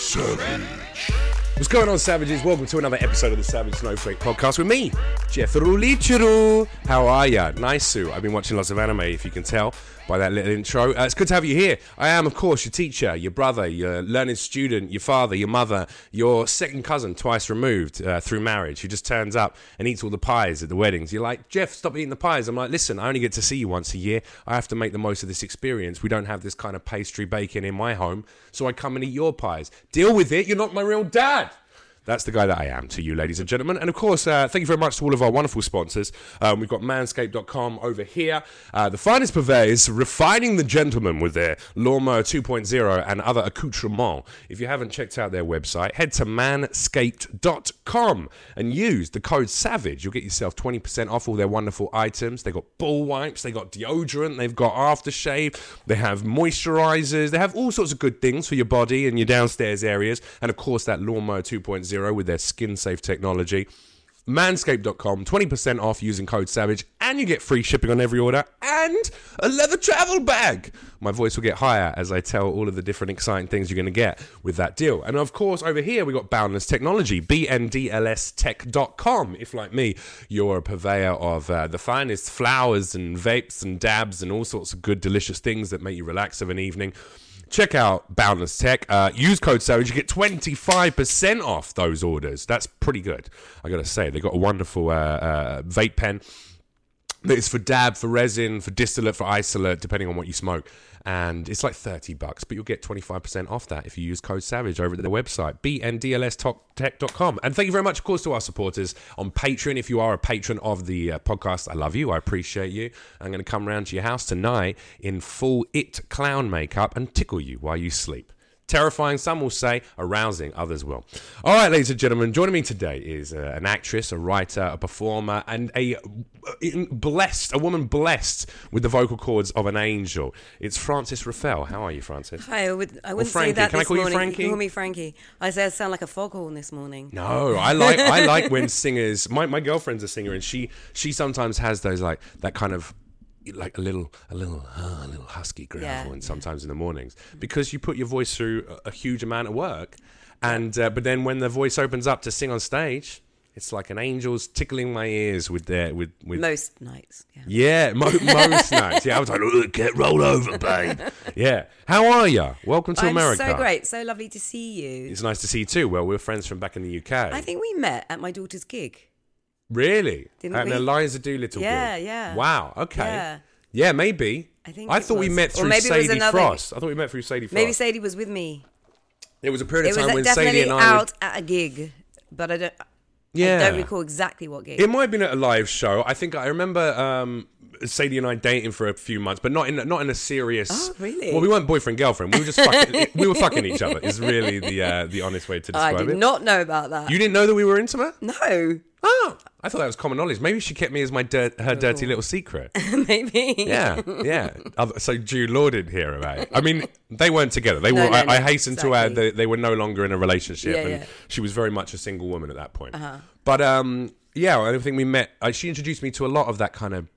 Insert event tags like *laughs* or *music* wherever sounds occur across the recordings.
Savage. What's going on, Savages? Welcome to another episode of the Savage Snowflake Podcast with me, Jeff Rulichuru. How are ya? Nice, Sue. I've been watching lots of anime, if you can tell by that little intro. Uh, it's good to have you here. I am, of course, your teacher, your brother, your learning student, your father, your mother, your second cousin, twice removed uh, through marriage, who just turns up and eats all the pies at the weddings. You're like, Jeff, stop eating the pies. I'm like, listen, I only get to see you once a year. I have to make the most of this experience. We don't have this kind of pastry baking in my home, so I come and eat your pies. Deal with it. You're not my real dad. That's the guy that I am to you, ladies and gentlemen. And of course, uh, thank you very much to all of our wonderful sponsors. Um, we've got manscaped.com over here. Uh, the finest purveys refining the gentleman with their lawnmower 2.0 and other accoutrements. If you haven't checked out their website, head to manscaped.com and use the code SAVAGE. You'll get yourself 20% off all their wonderful items. They've got ball wipes, they've got deodorant, they've got aftershave, they have moisturizers, they have all sorts of good things for your body and your downstairs areas. And of course, that lawnmower 2.0 with their skin safe technology. Manscaped.com, 20% off using code SAVAGE, and you get free shipping on every order and a leather travel bag. My voice will get higher as I tell all of the different exciting things you're going to get with that deal. And of course, over here, we got Boundless Technology, bndlstech.com. If, like me, you're a purveyor of uh, the finest flowers and vapes and dabs and all sorts of good, delicious things that make you relax of an evening check out Boundless Tech. Uh, use code Savage. You get 25% off those orders. That's pretty good. I got to say, they've got a wonderful uh, uh, vape pen. It's for dab, for resin, for distillate, for isolate, depending on what you smoke. And it's like 30 bucks, but you'll get 25% off that if you use code SAVAGE over at their website, bndlstech.com. And thank you very much, of course, to our supporters on Patreon. If you are a patron of the uh, podcast, I love you. I appreciate you. I'm going to come round to your house tonight in full It clown makeup and tickle you while you sleep. Terrifying, some will say, arousing, others will. All right, ladies and gentlemen, joining me today is uh, an actress, a writer, a performer, and a uh, in- blessed, a woman blessed with the vocal cords of an angel. It's Frances Raffel. How are you, Frances? Hi, I, would, I wouldn't Frankie. say that Can I this call you morning. Frankie? call me Frankie. I say I sound like a foghorn this morning. No, I like I like when singers. My, my girlfriend's a singer, and she she sometimes has those like that kind of like a little a little uh, a little husky gravel, Yeah. and sometimes in the mornings because you put your voice through a, a huge amount of work, and uh, but then when the voice opens up to sing on stage, it's like an angel's tickling my ears with their with with Most nights. Yeah. yeah mo, most nights. Yeah, I was like, "Ugh, get roll over, babe. yeah, how are you? Welcome to I'm America. so great. So lovely to see you. It's nice to see you too. Well, we're friends from back in the UK. I think we met at my daughter's gig. Really? Didn't and we? Eliza Doolittle. Yeah, group. yeah. Wow. Okay. Yeah. Yeah. maybe. I think I it thought we was. met Or through maybe it was Sadie another- Frost. I thought we met through Sadie Frost. Maybe Sadie was with me. there was a period It of was time when Sadie definitely and I. were- out at a gig, but I don't. yeah. I don't recall exactly what gig. It might have been at a live show. I think I remember um, Sadie and I dating for a few months, but not in not in a serious. Oh, really? Well, we weren't boyfriend girlfriend. We were just fucking, *laughs* we were fucking each other. Is really the uh, the honest way to Oh, I describe did it. not know about that. you didn't know that we were intimate? no, *laughs* Oh, I thought that was common knowledge. Maybe she kept me as my dirt, her dirty little secret. maybe. Yeah, *laughs* yeah. Other- So Jude Law didn't hear about it. I mean, they weren't together. They No, were. no, I, I no, hasten to add exactly. that they were no longer in a relationship, Yeah, Uh-huh. and yeah. she was very much a single woman at that point. But um, yeah, I don't think we met. Uh, she introduced me to a lot of that kind of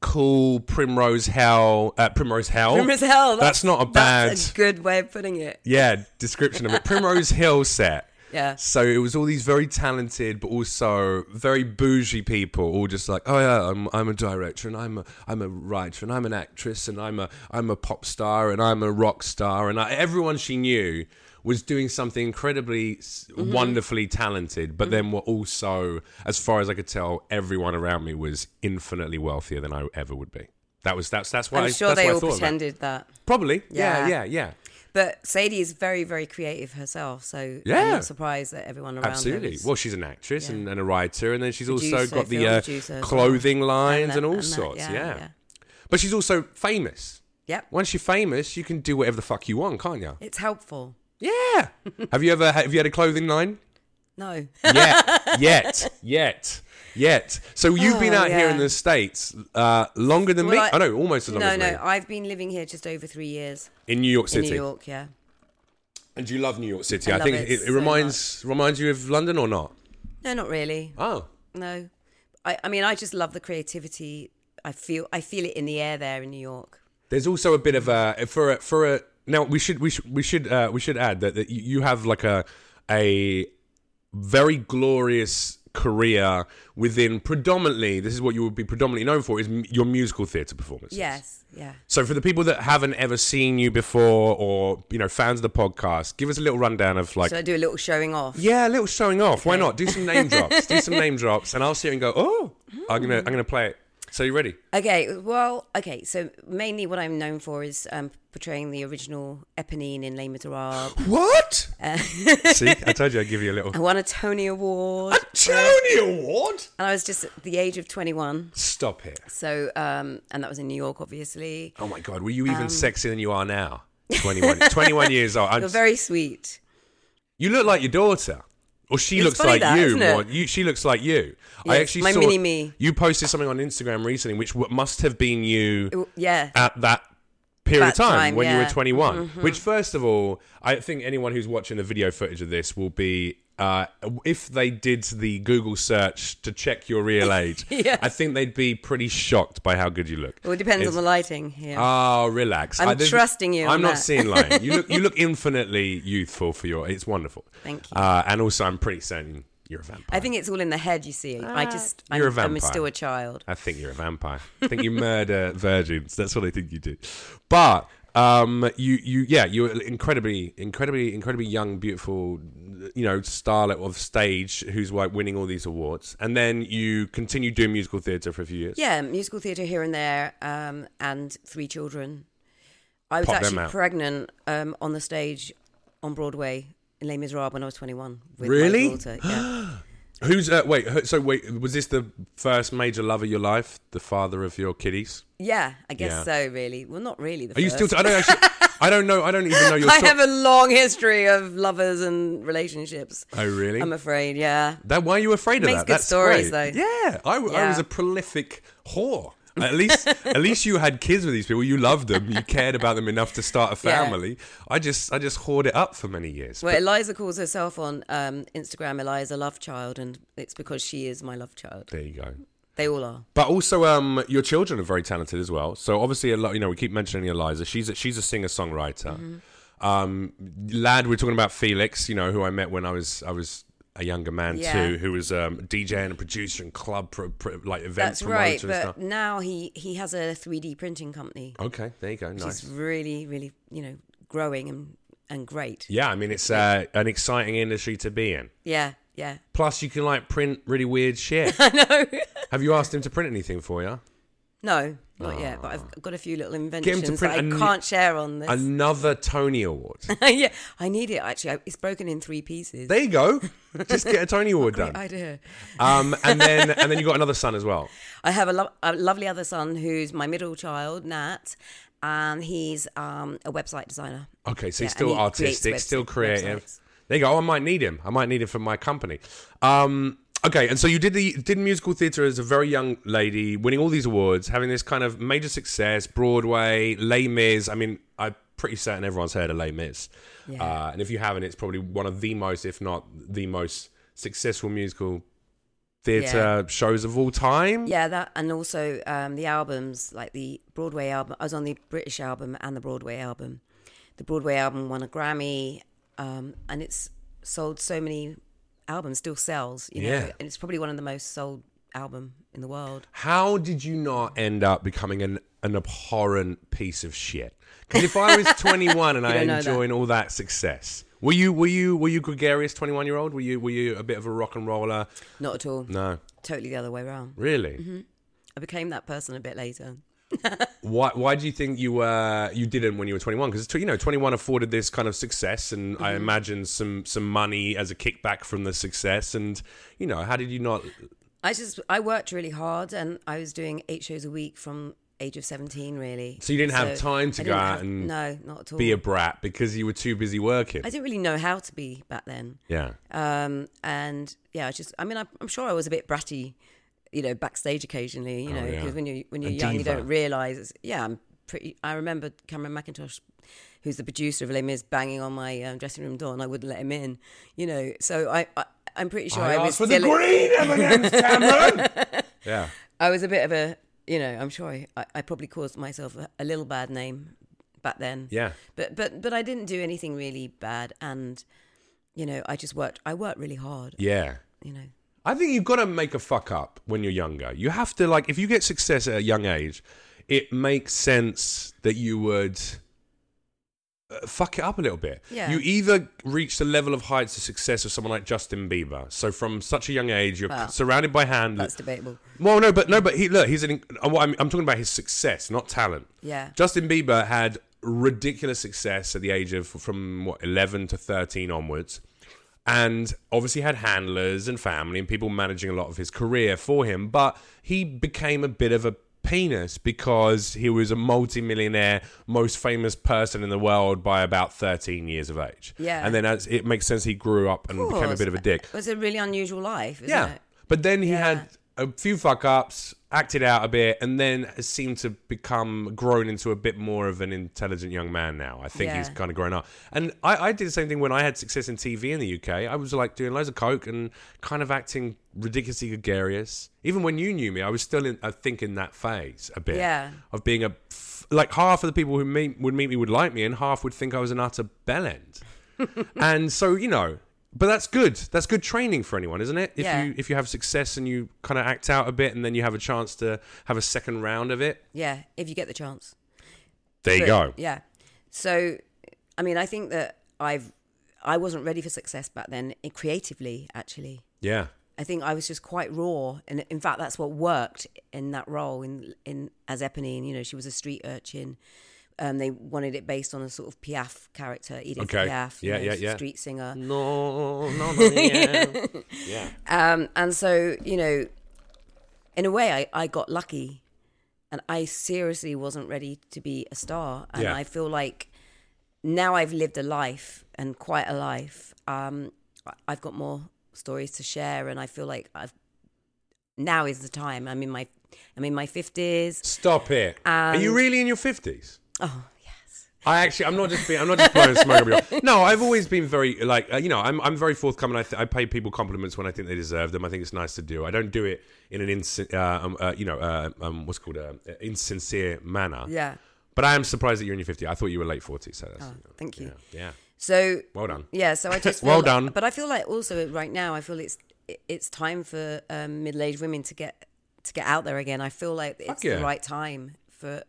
cool primrose hell. Uh, primrose hell. Primrose Hill. That's, not a bad. That's a good way of putting it. yeah, description of it. Primrose Hill set. *laughs* Yeah. So it was all these very talented, but also very bougie people, all just like, oh yeah, I'm, I'm a director, and I'm a, I'm a writer, and I'm an actress, and I'm a, I'm a pop star, and I'm a rock star, and I, everyone she knew was doing something incredibly s Mm-hmm. wonderfully talented, but then were also, as far as I could tell, everyone around me was infinitely wealthier than I ever would be. That was that's that's why I'm I- sure that's they what I all thought of it. pretended that. Probably, yeah, yeah, Yeah. yeah. But Sadie is very, very creative herself, so Yeah. I'm not surprised that everyone around her Absolutely. is Well, she's an actress Yeah. and, and a writer, and then she's also Producer, got the film uh, producer as well. clothing lines and, that- all and that, sorts. yeah, yeah. yeah. But she's also famous. Yep. Once you're famous, you can do whatever the fuck you want, can't you? It's helpful. Yeah. have you ever have you had a clothing line? *laughs* No. Yet, yet, yet, yet. So you've been Oh, out here yeah. in the states uh, longer than me. Well, I, know, almost as long no, as No, me. I've been living here just over three years In New York in City, New York, yeah. and you love New York City. I I, love think it it, so reminds reminds you of London or not? No, not really. Oh, No. I, I mean, I just love the creativity. I feel I feel it in the air there in New York. There's also a bit of a for a, for a Now we should we should we should uh, we should add that, that you- you have like a a very glorious career within predominantly this is what you would be predominantly known for is m- your musical theatre performances. Yes, yeah. So for the people that haven't ever seen you before or you know fans of the podcast, give us a little rundown of like So I do a little showing off. yeah, a little showing off. Why not? Do some *laughs* name drops. Do some name drops, and I'll sit here and go, "Oh, I'm gonna, I'm gonna play it." So you ready? Okay, well, okay. So mainly what I'm known for is um, portraying the original Eponine in Les Misérables. What? Uh, *laughs* See, I told you I'd give you a little. I won a Tony Award, Tony Award. and I was just at the age of 21. Stop it! So, um, and that was in New York, obviously. Oh my God, were you even sexier than you are now? *laughs* 21, 21 years old. I'm, Um, You're very sweet. you look like your daughter, or she It's looks funny like that, you, isn't it? more. You, she looks like you. I Yes, actually my saw mini me. you posted something on Instagram recently, which w- must have been you. It- Yeah. at that period of That time, time, when you yeah. Mm-hmm. were 21 which first of all i think anyone who's watching the video footage of this will be uh, if they did the google search to check your *laughs* real age Yes. i think they'd be pretty shocked by how good you look Well, it depends on It's- the lighting here. Oh, relax. I'm there's- trusting you I'm on not that. seeing lying. You *laughs* look, you look infinitely youthful for your. It's wonderful. Thank you. Uh, and also, I'm pretty certain you're a vampire. I think it's all in the head, you see. I just, I'm, You're a I'm vampire. still a child. I think you're a vampire. I think you murder *laughs* virgins. That's what I think you do. But um, you, you, yeah, you're an incredibly, incredibly, incredibly young, beautiful, you know, starlet of stage who's like winning all these awards, and then you continue doing musical theatre for a few years. Yeah, musical theatre here and there, um, and three children. I was Pop them actually out. pregnant um, on the stage on Broadway in Les Miserables when I was 21. With my Really? daughter, *gasps* yeah. Who's uh, wait? who- So wait, was this the first major love of your life? The father of your kiddies? Yeah, I guess Yeah. so, really. Well, not really. The Are you first. still? T- I don't actually. *laughs* I don't know. I don't even know your. I story. have a long history of lovers and relationships. oh really? I'm afraid, yeah. That why are you afraid of Makes that? good That's stories, great. though. Yeah, I, w- I Yeah. was a prolific whore. At *laughs* least, at least you had kids with these people. You loved them. You cared about them enough to start a Yeah. family. I just, I just hoard it up for many years. Well, Eliza calls herself on um, Instagram Eliza Love Child, and it's because she is my love child. there you go. They all are. But also, um, your children are very talented as well. So obviously, a lot. You know, we keep mentioning Eliza. She's a, she's a singer songwriter. Mm-hmm. Um, lad, we're talking about Felix. You know, who I met when I was I was a younger man Yeah. too, who was um, a DJ and a producer and club pro, pro, like event That's promoter right. and But stuff. now he he has a 3D printing company. Okay, there you go. Nice. It's really, really, you know, growing and and great. Yeah, I mean it's uh, an exciting industry to be in. Yeah, yeah. *laughs* Plus, you can like print really weird shit. I know. Have you asked him to print anything for you? No, not yet. But Ah. I've got a few little print inventions that I a new- can't share on this. Another Tony Award. *laughs* yeah, I need it actually. I- It's broken in three pieces. There you go. Just get a Tony *laughs* Award done. idea. Um, and then and then you got another son as *laughs* well. I have a, lo- a lovely other son who's my middle child, Nat, and he's um, a website designer. Okay, so Yeah, he's still and he creates artistic, still webs- creative. websites. There you go. Oh, I might need him. I might need him for my company. Um, okay, and so you did the did musical theatre as a very young lady, winning all these awards, having this kind of major success, Broadway, Les Mis. I mean, I'm pretty certain everyone's heard of Les Mis. Yeah. Uh, and if you haven't, it's probably one of the most, if not the most successful musical theatre Yeah. shows of all time. Yeah, that and also um, the albums, like the Broadway album. I was on the British album and the Broadway album. The Broadway album won a Grammy, um, and it's sold so many albums, still sells. You know, Yeah. and it's probably one of the most sold album in the world. How did you not end up becoming an, an abhorrent piece of shit? Because if *laughs* I was 21 and I don't know enjoying all that success, were you were you were you gregarious 21 year old? Were you were you a bit of a rock and roller? Not at all. No, Totally the other way around. really. Mm-hmm. I became that person a bit later. Why why do you think you uh, you didn't when you were 21? Because you know 21 afforded this kind of success, and Mm-hmm. I imagine some some money as a kickback from the success. And you know, how did you not? I just I worked really hard, and I was doing eight shows a week from age of seventeen, really. So you didn't have time to I go didn't out have- and no, not at all. Be a brat because you were too busy working. I didn't really know how to be back then. yeah. Um, and yeah, I just, I mean, I, I'm sure I was a bit bratty, you know, backstage occasionally, you know, Oh, yeah. because when you when A you're young, you diva. don't realise. Yeah, I'm pretty. I remember Cameron McIntosh, who's the producer of Les Mis, banging on my um, dressing room door, and I wouldn't let him in. You know, so I, I I'm pretty sure I, I was asked for the still. green evidence, Cameron. *laughs* yeah. I was a bit of a, you know, I'm sure I, I probably caused myself a, a little bad name back then. Yeah. But but but I didn't do anything really bad, and you know, I just worked. I worked really hard. Yeah. You know. I think you've got to make a fuck up when you're younger. You have to like if you get success at a young age, it makes sense that you would uh, fuck it up a little bit. Yeah. You either reach the level of heights of success of someone like Justin Bieber. So from such a young age, you're Well, surrounded by hand. That's debatable. well, no, but no, but he look, he's an. uh, what I'm, I'm talking about his success, not talent. Yeah. Justin Bieber had ridiculous success at the age of from what 11 to 13 onwards and obviously had handlers and family and people managing a lot of his career for him but he became a bit of a penis because he was a multimillionaire most famous person in the world by about 13 years of age Yeah. and then as it makes sense he grew up and Of became a course. bit of a dick It was a really unusual life. Isn't yeah. It? But then he had a few fuck ups, acted out a bit, and then seemed to become grown into a bit more of an intelligent young man now. I think he's Yeah. kind of grown up. And I, I did the same thing when I had success in TV in the UK. I was like doing loads of coke and kind of acting ridiculously gregarious. Even when you knew me, I was still in, I think, in that phase a bit Yeah. of being a. f- Like half of the people who meet, would meet me would like me, and half would think I was an utter bellend and so you know but that's good that's good training for anyone isn't it if Yeah. you if you have success and you kind of act out a bit and then you have a chance to have a second round of it Yeah. If you get the chance. there you But, go Yeah. So, I mean, I think that I've I wasn't ready for success back then eh, creatively. Actually, yeah I think I was just quite raw, and in fact, that's what worked in that role in in as Eponine. You know, she was a street urchin. Um, they wanted it based on a sort of Piaf character, Edith Okay. Piaf, you Yeah, know, yeah, yeah. street singer. no no no yeah yeah Um, and so, you know, in a way, I, I got lucky and I seriously wasn't ready to be a star. And Yeah. I feel like now I've lived a life and quite a life. Um, I- I've got more stories to share and I feel like I've now is the time. I'm in my I'm in my 50s. stop it are you really in your 50s Oh, yes. I actually, I'm not just being, I'm not just blowing smoke up your. *laughs* No, I've always been very like, uh, you know, I'm, I'm very forthcoming. I, th- I pay people compliments when I think they deserve them. I think it's nice to do. I don't do it in an insin- uh, um, uh, you know, uh, um, what's called uh, insincere manner. Yeah. But I am surprised that you're in your 50. I thought you were late 40s. So that's, Thank you. yeah, yeah. So Well done. Yeah, so I *laughs* just feel Well like- done. But I feel like also right now, I feel it's it's time for um, middle aged women to get to get out there again. I feel like it's yeah. the right time for.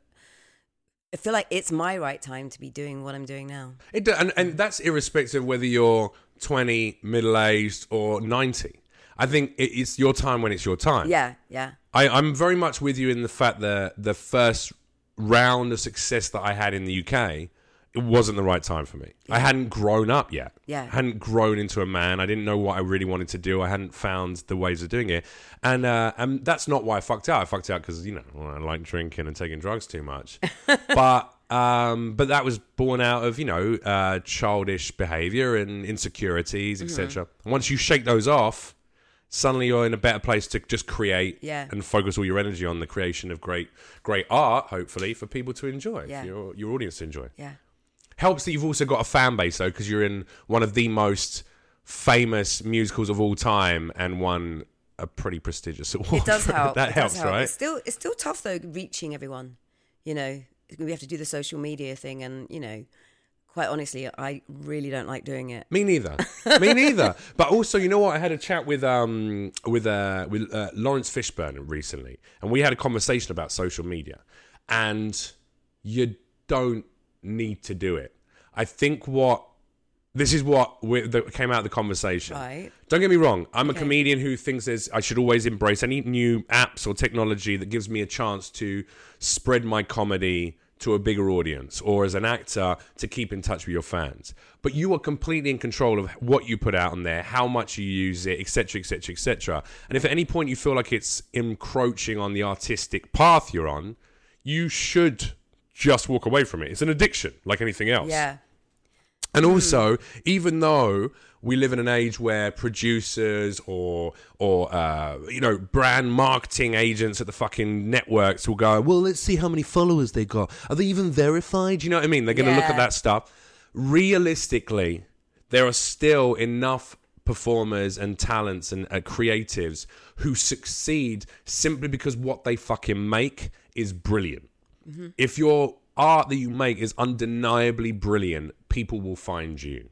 I feel like it's my right time to be doing what I'm doing now. It do, and, and that's irrespective of whether you're 20, middle aged, or 90. I think it, it's your time when it's your time. Yeah, yeah, I, I'm very much with you in the fact that the first round of success that I had in the UK, it wasn't the right time for me. I hadn't grown up yet. Yeah. I hadn't grown into a man. I didn't know what I really wanted to do. I hadn't found the ways of doing it. And uh, and that's not why I fucked out. I fucked out because, you know, well, I like drinking and taking drugs too *laughs* much. but um, but that was born out of, you know, uh, childish behavior and insecurities, Mm-hmm. etc. Once you shake those off, suddenly you're in a better place to just create Yeah. and focus all your energy on the creation of great great art hopefully for people to enjoy Yeah. for your, your audience to enjoy *laughs* yeah, helps that you've also got a fan base though because you're in one of the most famous musicals of all time and won a pretty prestigious *laughs* award it does for it. help. that it helps does help. right It's still it's still tough though reaching everyone. You know, we have to do the social media thing, and you know, quite honestly, I really don't like doing it. Me neither. *laughs* Me neither. But also, you know what? I had a chat with um with uh with uh, Lawrence Fishburne recently, and we had a conversation about social media, and you don't need to do it. I think what this is what we, that came out of the conversation. Right. Don't get me wrong. I'm a comedian who thinks there's I should always embrace any new apps or technology that gives me a chance to spread my comedy to a bigger audience or as an actor to keep in touch with your fans. But you are completely in control of what you put out on there, how much you use it, etc., etc., etc. And if at any point you feel like it's encroaching on the artistic path you're on, you should just walk away from it. It's an addiction like anything else. Yeah, And also, even though we live in an age where producers or or uh, you know brand marketing agents at the fucking networks will go, well, let's see how many followers they got. Are they even verified? You know what I mean? They're going to look at Yeah. that stuff. Realistically, there are still enough performers and talents and uh, creatives who succeed simply because what they fucking make is brilliant if you're art that you make is undeniably brilliant, people will find you.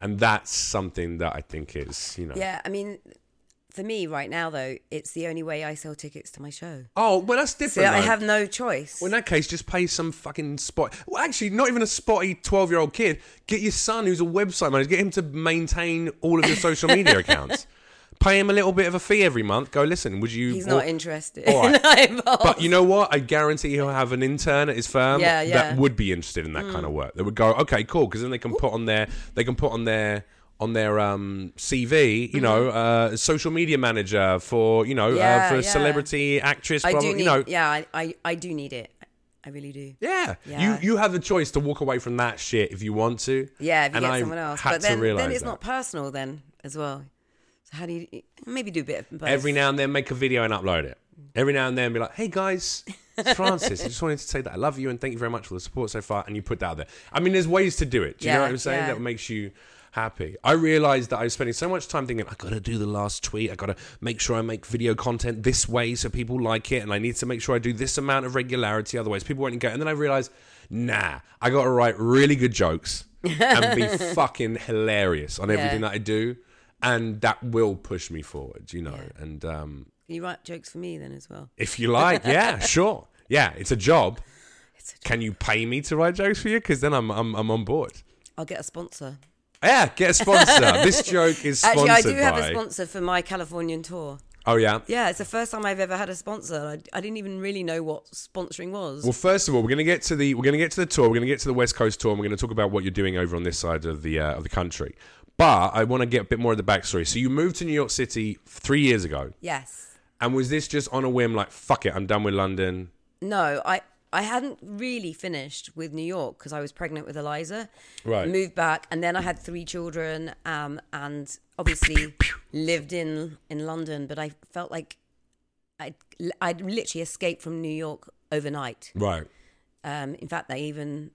And that's something that I think is, you know. Yeah, I mean, for me right now though, it's the only way I sell tickets to my show. Oh, well, that's So different. I though. have no choice. Well, in that case, just pay some fucking spot. Well, actually, not even a spotty twelve-year-old kid. Get your son, who's a website manager, get him to maintain all of your social *laughs* media accounts. Pay him a little bit of a fee every month. Go listen. Would you? *laughs* He's or- not interested. All *laughs* right. I'm But you know what? I guarantee he'll have an intern at his firm Oh. Yeah, yeah. Mm. that would be interested in that kind of work. They would go, okay, cool, because then they can put on their they can put on their on their um, CV, Mm-hmm. you know, uh, social media manager for you know uh, Yeah, for a yeah. celebrity actress. I blah, do blah, need, you know, yeah, I, I, I do need it. I really do. Yeah. Yeah. You you have the choice to walk away from that shit if you want to. Yeah, if you and get I someone else. had But to then, realize then it's that. not personal then as well. So how do you maybe do a bit of both. Every now and then make a video and upload it. Every now and then be like, hey guys, *laughs* it's Francis. I just wanted to say that I love you and thank you very much for the support so far. And you put that out there. I mean, there's ways to do it. Do you know Yeah, what I'm saying? yeah. That makes you happy. I realized that I was spending so much time thinking, I gotta do the last tweet. I gotta make sure I make video content this way so people like it. And I need to make sure I do this amount of regularity. Otherwise, people won't go. And then I realized, nah, I gotta write really good jokes and be fucking hilarious on everything that I do. And that will push me forward, you know. And um, Can you write jokes for me then as well? if you like, yeah, sure. Yeah, it's a job. Can you pay me to write jokes for you? Because then I'm, I'm I'm on board. I'll get a sponsor. Yeah, get a sponsor. this joke is sponsored *laughs* Actually, I do have by- a sponsor for my Californian tour. Oh yeah. Yeah, it's the first time I've ever had a sponsor. I, I didn't even really know what sponsoring was. Well, first of all, we're gonna get to the we're gonna get to the tour. We're gonna get to the West Coast tour. and We're gonna talk about what you're doing over on this side of the uh, of the country. But I want to get a bit more of the backstory. So you moved to New York City three years ago, yes. and was this just on a whim? Like fuck it, I'm done with London. No, I I hadn't really finished with New York because I was pregnant with Eliza. Right. Moved back, and then I had three children, um, and obviously lived in in London. But I felt like I'd I'd literally escaped from New York overnight. Right. Um, in fact, they even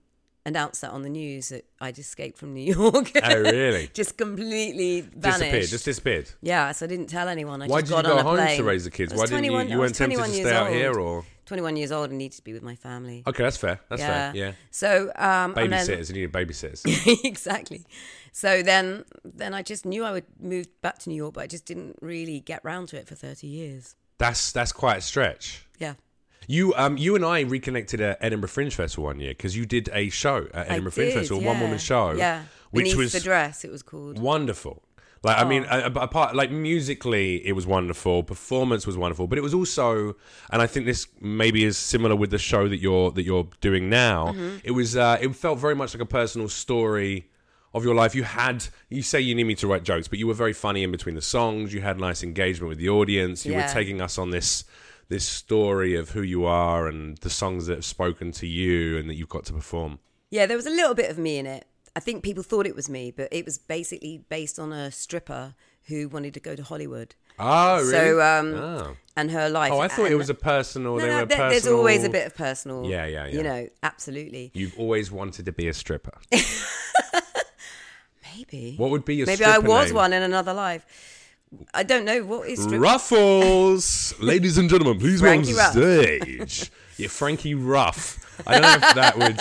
announced that on the news that I'd escaped from New York. Oh really? *laughs* just completely vanished. disappeared. Just disappeared. Yeah, so I didn't tell anyone. I Why just did you got go on a home plane. to raise the kids? I was Why didn't you? 21 You I was weren't tempted 21 to years stay out old. here, or 21 years old and needed to be with my family. okay, that's fair. That's yeah. fair. Yeah. So um, and then- Babysitters. You need babysitters. *coughs* *laughs* exactly. So then, then I just knew I would move back to New York, but I just didn't really get round to it for 30 years. that's that's quite a stretch. Yeah. You um you and I reconnected at Edinburgh Fringe Festival one year because you did a show at Edinburgh Fringe did, Festival, yeah. one woman show, Yeah. which Beneath was the dress, it was called. wonderful. Like I mean, Oh. a- a- apart like musically, it was wonderful. Performance was wonderful, but it was also, and I think this maybe is similar with the show that you're that you're doing now. Mm-hmm. It was uh, it felt very much like a personal story of your life. You had you say you need me to write jokes, but you were very funny in between the songs. You had nice engagement with the audience. You were Yeah. taking us on this this story of who you are and the songs that have spoken to you and that you've got to perform. Yeah, there was a little bit of me in it. I think people thought it was me, but it was basically based on a stripper who wanted to go to Hollywood Oh, really? So, um, Oh. and her life. Oh, I thought it And- was a personal. No, they no, were there- personal. there's always a bit of personal. Yeah, yeah, yeah. You know, absolutely. You've always wanted to be a *laughs* stripper. Maybe. What would be your Maybe I stripper was name? one in another life. I don't know what is stripper. *laughs* Ruffles, ladies and gentlemen, please welcome to Frankie the Ruff. *laughs* stage. yeah, Frankie Ruff. I don't know if that would.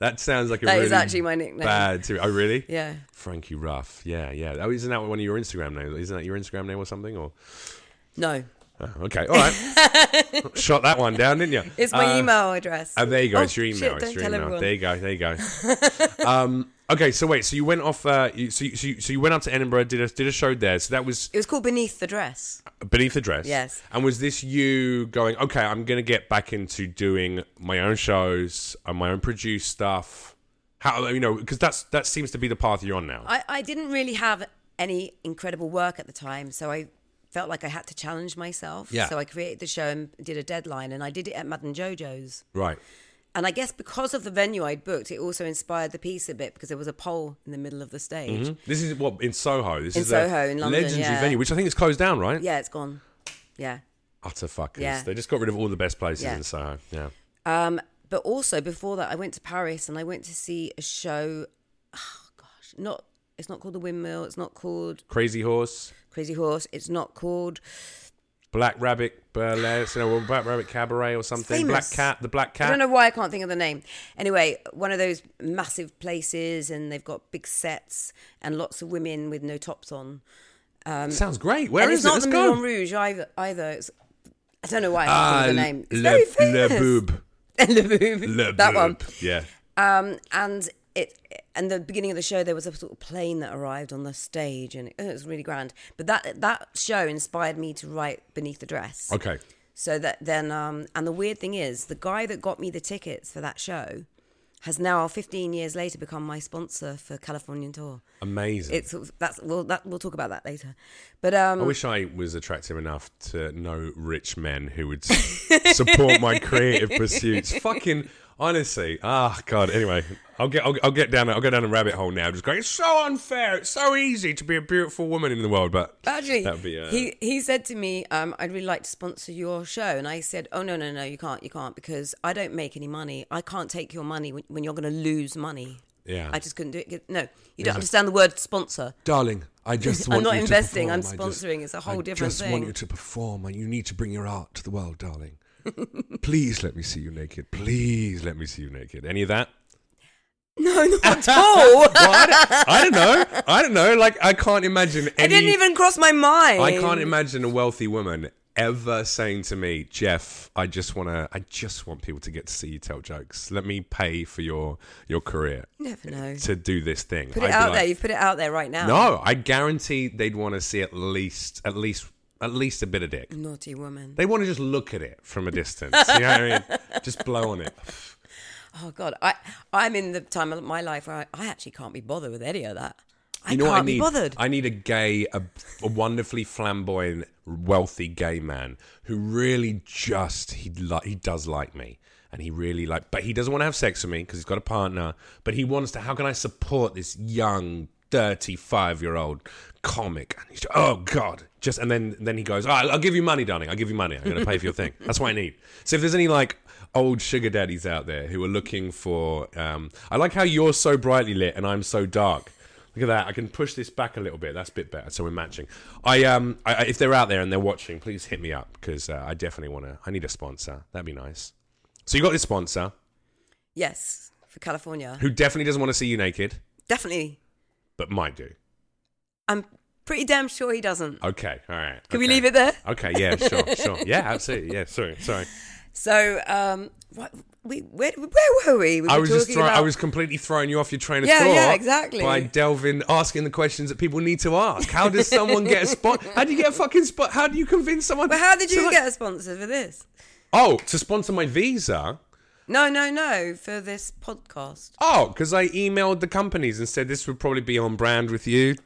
That sounds like a That is really actually my nickname. Bad. To, oh, really? Yeah. Frankie Ruff. Yeah, yeah. Oh, isn't that one of your Instagram names? Isn't that your Instagram name or something? Or No, oh, okay, all right. *laughs* Shot that one down, didn't you? it's my Uh, email address. Oh, there you go. it's your shit, email. it's don't your tell email. everyone. There you go. There you go. *laughs* um, okay, so wait. So you went off. Uh, you, so, you, so, you, so you went up to Edinburgh, did a did a show there. So that was It was called Beneath the Dress. beneath the dress. Yes. And was this you going? Okay, I'm going to get back into doing my own shows and my own produced stuff. How you know? Because that's that seems to be the path you're on now. I, I didn't really have any incredible work at the time, so I felt like I had to challenge myself. Yeah. So I created the show and did a deadline, and I did it at Mad and JoJo's. right. And I guess because of the venue I'd booked, it also inspired the piece a bit because there was a pole in the middle of the stage. Hmm? This is what in Soho. This In is a Soho, in London, legendary yeah. venue, which I think is closed down, right? Yeah, it's gone. Yeah. Utter fuckers. Yeah. They just got rid of all the best places Yeah. in Soho. Yeah. Um, but also before that, I went to Paris and I went to see a show. *sighs* Oh gosh, not it's not called the Windmill. It's not called Crazy Horse. Crazy Horse. It's not called Black Rabbit Burlesque, you know, Black Rabbit Cabaret or something. Black famous. Cat, the Black I Cat. don't know why I can't think of the name. Anyway, one of those massive places, and they've got big sets and lots of women with no tops on. Sounds great. Where and is it's not it? the Let's Moulin go. Rouge either. Either it's, I don't know why I Ah, can't think of the name. It's Le, very famous. Le Boob. *laughs* Le Boob. Le that Boob. one. Yeah. Um, and it and the beginning of the show there was a sort of plane that arrived on the stage, and it, it was really grand. But that that show inspired me to write Beneath the Dress. Okay. So that then, um, and the weird thing is, the guy that got me the tickets for that show has now, 15 years later, become my sponsor for Californian tour. Amazing. It's sort of- that's we'll that we'll talk about that later, but um, I wish I was attractive enough to know rich men who would *laughs* s- support my creative pursuits. Fucking honestly, ah, god. Anyway, I'll get I'll, I'll get down I'll go down a rabbit hole now. Just going, it's so unfair. It's so easy to be a beautiful woman in the world, but Actually, that'd be uh, he he said to me, um, "I'd really like to sponsor your show," and I said, "Oh no, no, no, you can't, you can't, because I don't make any money. I can't take your money when, when you're going to lose money. yeah. I just couldn't do it. No, you don't understand the *laughs* word sponsor. Darling, I just I'm want not you to investing, perform. I'm I just- sponsoring. It's a whole I different just want thing. you to perform, and you need to bring your art to the world, darling. *laughs* Please let me see you naked. Please let me see you naked. Any of *laughs* that? No, not at all. Well, I, don't, I don't know. I don't know. Like, I can't imagine any. it didn't even cross my mind. I can't imagine a wealthy woman ever saying to me, Jeff, I just want to. I just want people to get to see you tell jokes. Let me pay for your your career You never know. to do this thing. Put I'd it be out like, there. You've put it out there right now. No, I guarantee they'd want to see at least at least at least a bit of dick. Naughty woman. They want to just look at it from a distance. You know what I mean? Just blow on it. Oh God, I I'm in the time of my life where I, I actually can't be bothered with any of that. I You know can't what I need? be bothered. I need a gay, a, a wonderfully flamboyant, wealthy gay man who really just he li- he does like me, and he really like, but he doesn't want to have sex with me because he's got a partner. But he wants to. How can I support this young? 35 year old comic and he's oh god just and then then he goes "All right, i'll give you money darling i'll give you money i'm gonna pay for your *laughs* thing that's what i need so if there's any like old sugar daddies out there who are looking for um i like how you're so brightly lit and i'm so dark Look at that! I can push this back a little bit. That's a bit better. So we're matching. I um, I, I- if they're out there and they're watching, please hit me up because uh, I definitely want to. I need a sponsor. That'd be nice. So you got this sponsor yes, for California, who definitely doesn't want to see you naked, definitely. but might do. I'm pretty damn sure he doesn't. Okay, all right. Can we leave it there? Okay, yeah, *laughs* sure, sure, yeah, absolutely, yeah. Sorry, sorry. So, um, what, we where, where were we? we were I was just talking throwing, I about- was completely throwing you off your train of Yeah, thought. yeah, exactly. By delving, asking the questions that people need to ask. How does someone get a spot? How do you get a fucking spot? How do you convince someone? But how did to you like- get a sponsor for this? Oh, to sponsor my visa. No, no, no, for this podcast. Oh, because I emailed the companies and said this would probably be on brand with you.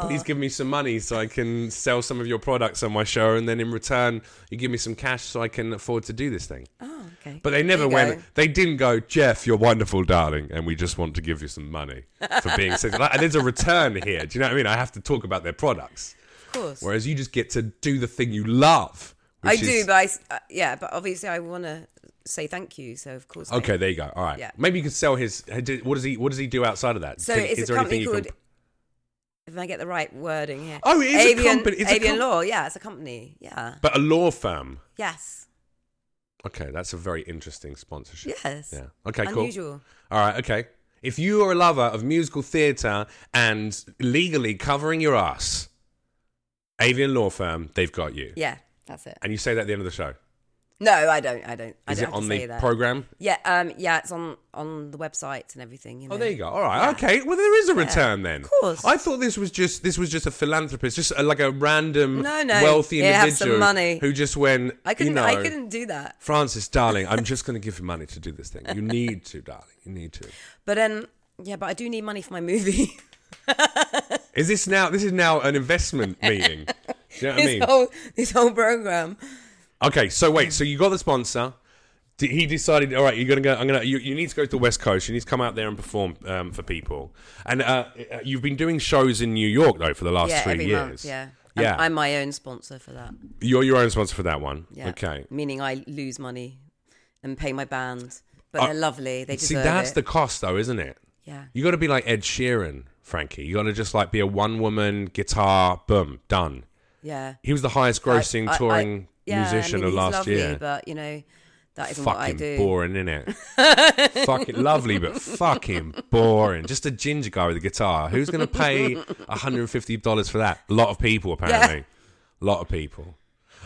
Please give me some money so I can sell some of your products on my show, and then in return, you give me some cash so I can afford to do this thing. Oh, okay. But they never There you went. go. They didn't go, Jeff. You're wonderful, darling, and we just want to give you some money for *laughs* being so. Like, there's a return here. Do you know what I mean? I have to talk about their products, Of course, whereas you just get to do the thing you love. I which do, is- but I s- uh, yeah, but obviously I want to say thank you. So of course, I- Okay, there you go. All right, Yeah. maybe you could sell his. What does he? What does he do outside of that? So Can- it's is a there anything company you called. can If I get the right wording here. Oh, it is a Avian, company- it's a Avian com- Law. Yeah, it's a company. Yeah. But a law firm. Yes. Okay, that's a very interesting sponsorship. Yes. Yeah. Okay, cool. Unusual. All right, okay. If you are a lover of musical theatre and legally covering your ass, Avian Law Firm, they've got you. Yeah, that's it. And you say that at the end of the show. No, I don't. I don't. I Is don't it have on to say the that. program? Yeah, um, yeah, it's on on the website and everything. You know. Oh, there you go. All right, Yeah. okay. Well, there is a return then. Of course. I thought this was just this was just a philanthropist, just uh like a random No, no. wealthy Here, individual have some money. who just went. I couldn't. You know, I couldn't do that. Francis, darling, I'm just going to give you money to do this thing. You need to, darling. You need to. But then, yeah, but I do need money for my movie. *laughs* Is this now? This is now an *laughs* investment meeting. Do you know what I this mean? whole this whole program. Okay, so wait, so you got the sponsor. D- He decided, all right, you're gonna go. I'm gonna. You, you need to go to the West Coast. You need to come out there and perform um, for people. And uh, uh, you've been doing shows in New York though for the last Yeah, three every years. month. Yeah. I'm- yeah. I'm, my own sponsor for that. you're your own sponsor for that one. Yeah. Okay. Meaning I lose money and pay my band, but they're lovely. They deserve See, that's it. the cost though, isn't it? yeah. You got to be like Ed Sheeran, Frankie. You got to just like be a one woman guitar, boom, done. yeah. He was the highest grossing I- I- touring I- yeah, I musician mean, of he's last lovely, year. But you know, that isn't what I fucking do. boring, innit? *laughs* fucking lovely, but fucking boring. Just a ginger guy with a guitar. Who's going to pay $150 for that? A lot of people, apparently. A lot of people.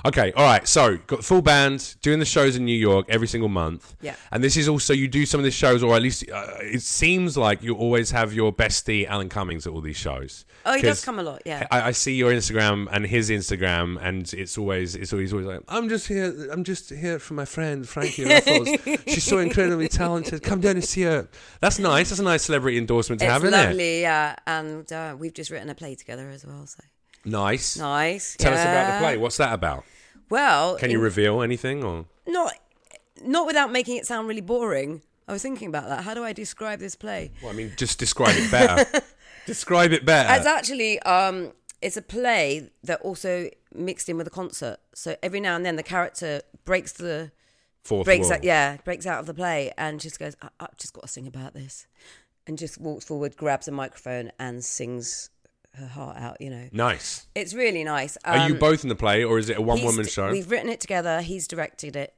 Okay, all right. So, got the full band doing the shows in New York every single month. Yeah. And this is also, you do some of the shows, or at least uh, it seems like you always have your bestie, Alan Cummings, at all these shows. Oh, he 'Cause- does come a lot. Yeah. I, I see your Instagram and his Instagram, and it's always it's always always like I'm just here. I'm just here for my friend *laughs* Frankie Ruffles. She's so incredibly talented. Come down and see her. That's nice. That's a nice celebrity endorsement to It's have, isn't it? lovely, yeah, and uh, we've just written a play together as well. So Nice. nice. Tell us about yeah. the play. What's that about? Well, Can you in- reveal anything? Or not not without making it sound really boring. I was thinking about that. How do I describe this play? well, I mean, just describe it *laughs* better. describe it better. It's actually um, it's a play that also mixed in with a concert. So every now and then the character breaks the Fourth breaks wall. out, yeah breaks out of the play and just goes I- I've just got to sing about this, and just walks forward, grabs a microphone and sings her heart out. You know, Nice. it's really nice. Are Um, you both in the play, or is it a one he's- woman show? We've written it together. He's directed it,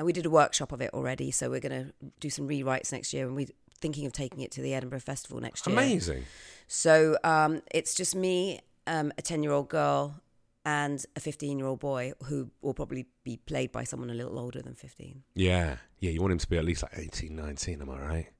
and we did a workshop of it already. So we're going to do some rewrites next year, and we're thinking of taking it to the Edinburgh Festival next year. Amazing. So um, it's just me, um, a ten-year-old girl, and a fifteen-year-old boy who will probably be played by someone a little older than fifteen. Yeah. Yeah. You want him to be at least like 18, 19, Am I right?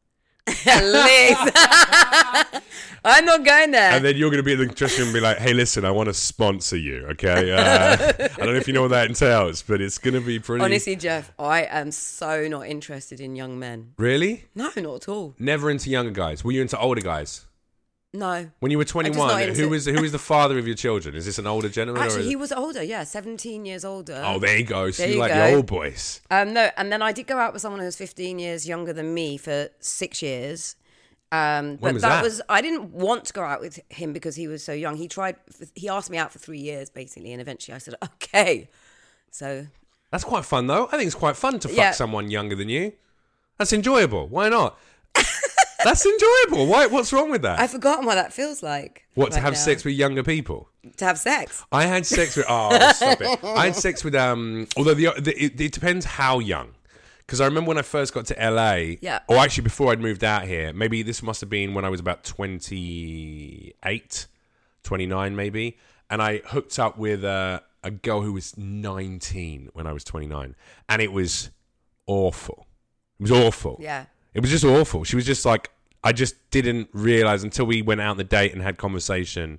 At least. *laughs* I'm not going there. And then you're going to be in the dressing room and be like, hey, listen, I want to sponsor you, okay? Uh, I don't know if you know what that entails, but it's going to be pretty. Honestly, Jeff, I am so not interested in young men. Really? No, not at all. Never into younger guys. Were you into older guys? No. When you were just 21, not into- who was who was the father of your children? Is this an older gentleman? or Actually, is- he was older, yeah, 17 years older. oh, there you go. So There you, you like go. the old boys. Um, no, and then I did go out with someone who was 15 years younger than me for six years. Um, but was that, that? was I didn't want to go out with him because he was so young. He tried, he asked me out for three years basically, and eventually I said *laughs* okay. So That's quite fun, though. I think it's quite fun to fuck Yeah. someone younger than you. That's enjoyable. Why not? *laughs* That's enjoyable. Why? What's wrong with that? I've forgotten what that feels like. what, to right have now. sex with younger people? To have sex? I had sex with. *laughs* Oh, stop it! I had sex with. Um, although the, the it, it depends how young, because I remember when I first got to LA. Yeah. Or actually, before I'd moved out here, maybe this must have been when I was about 28, 29 maybe, and I hooked up with uh, a girl who was nineteen when I was twenty nine, and it was awful. It was awful. Yeah. It was just awful. She was just like, I just didn't realize until we went out on the date and had conversation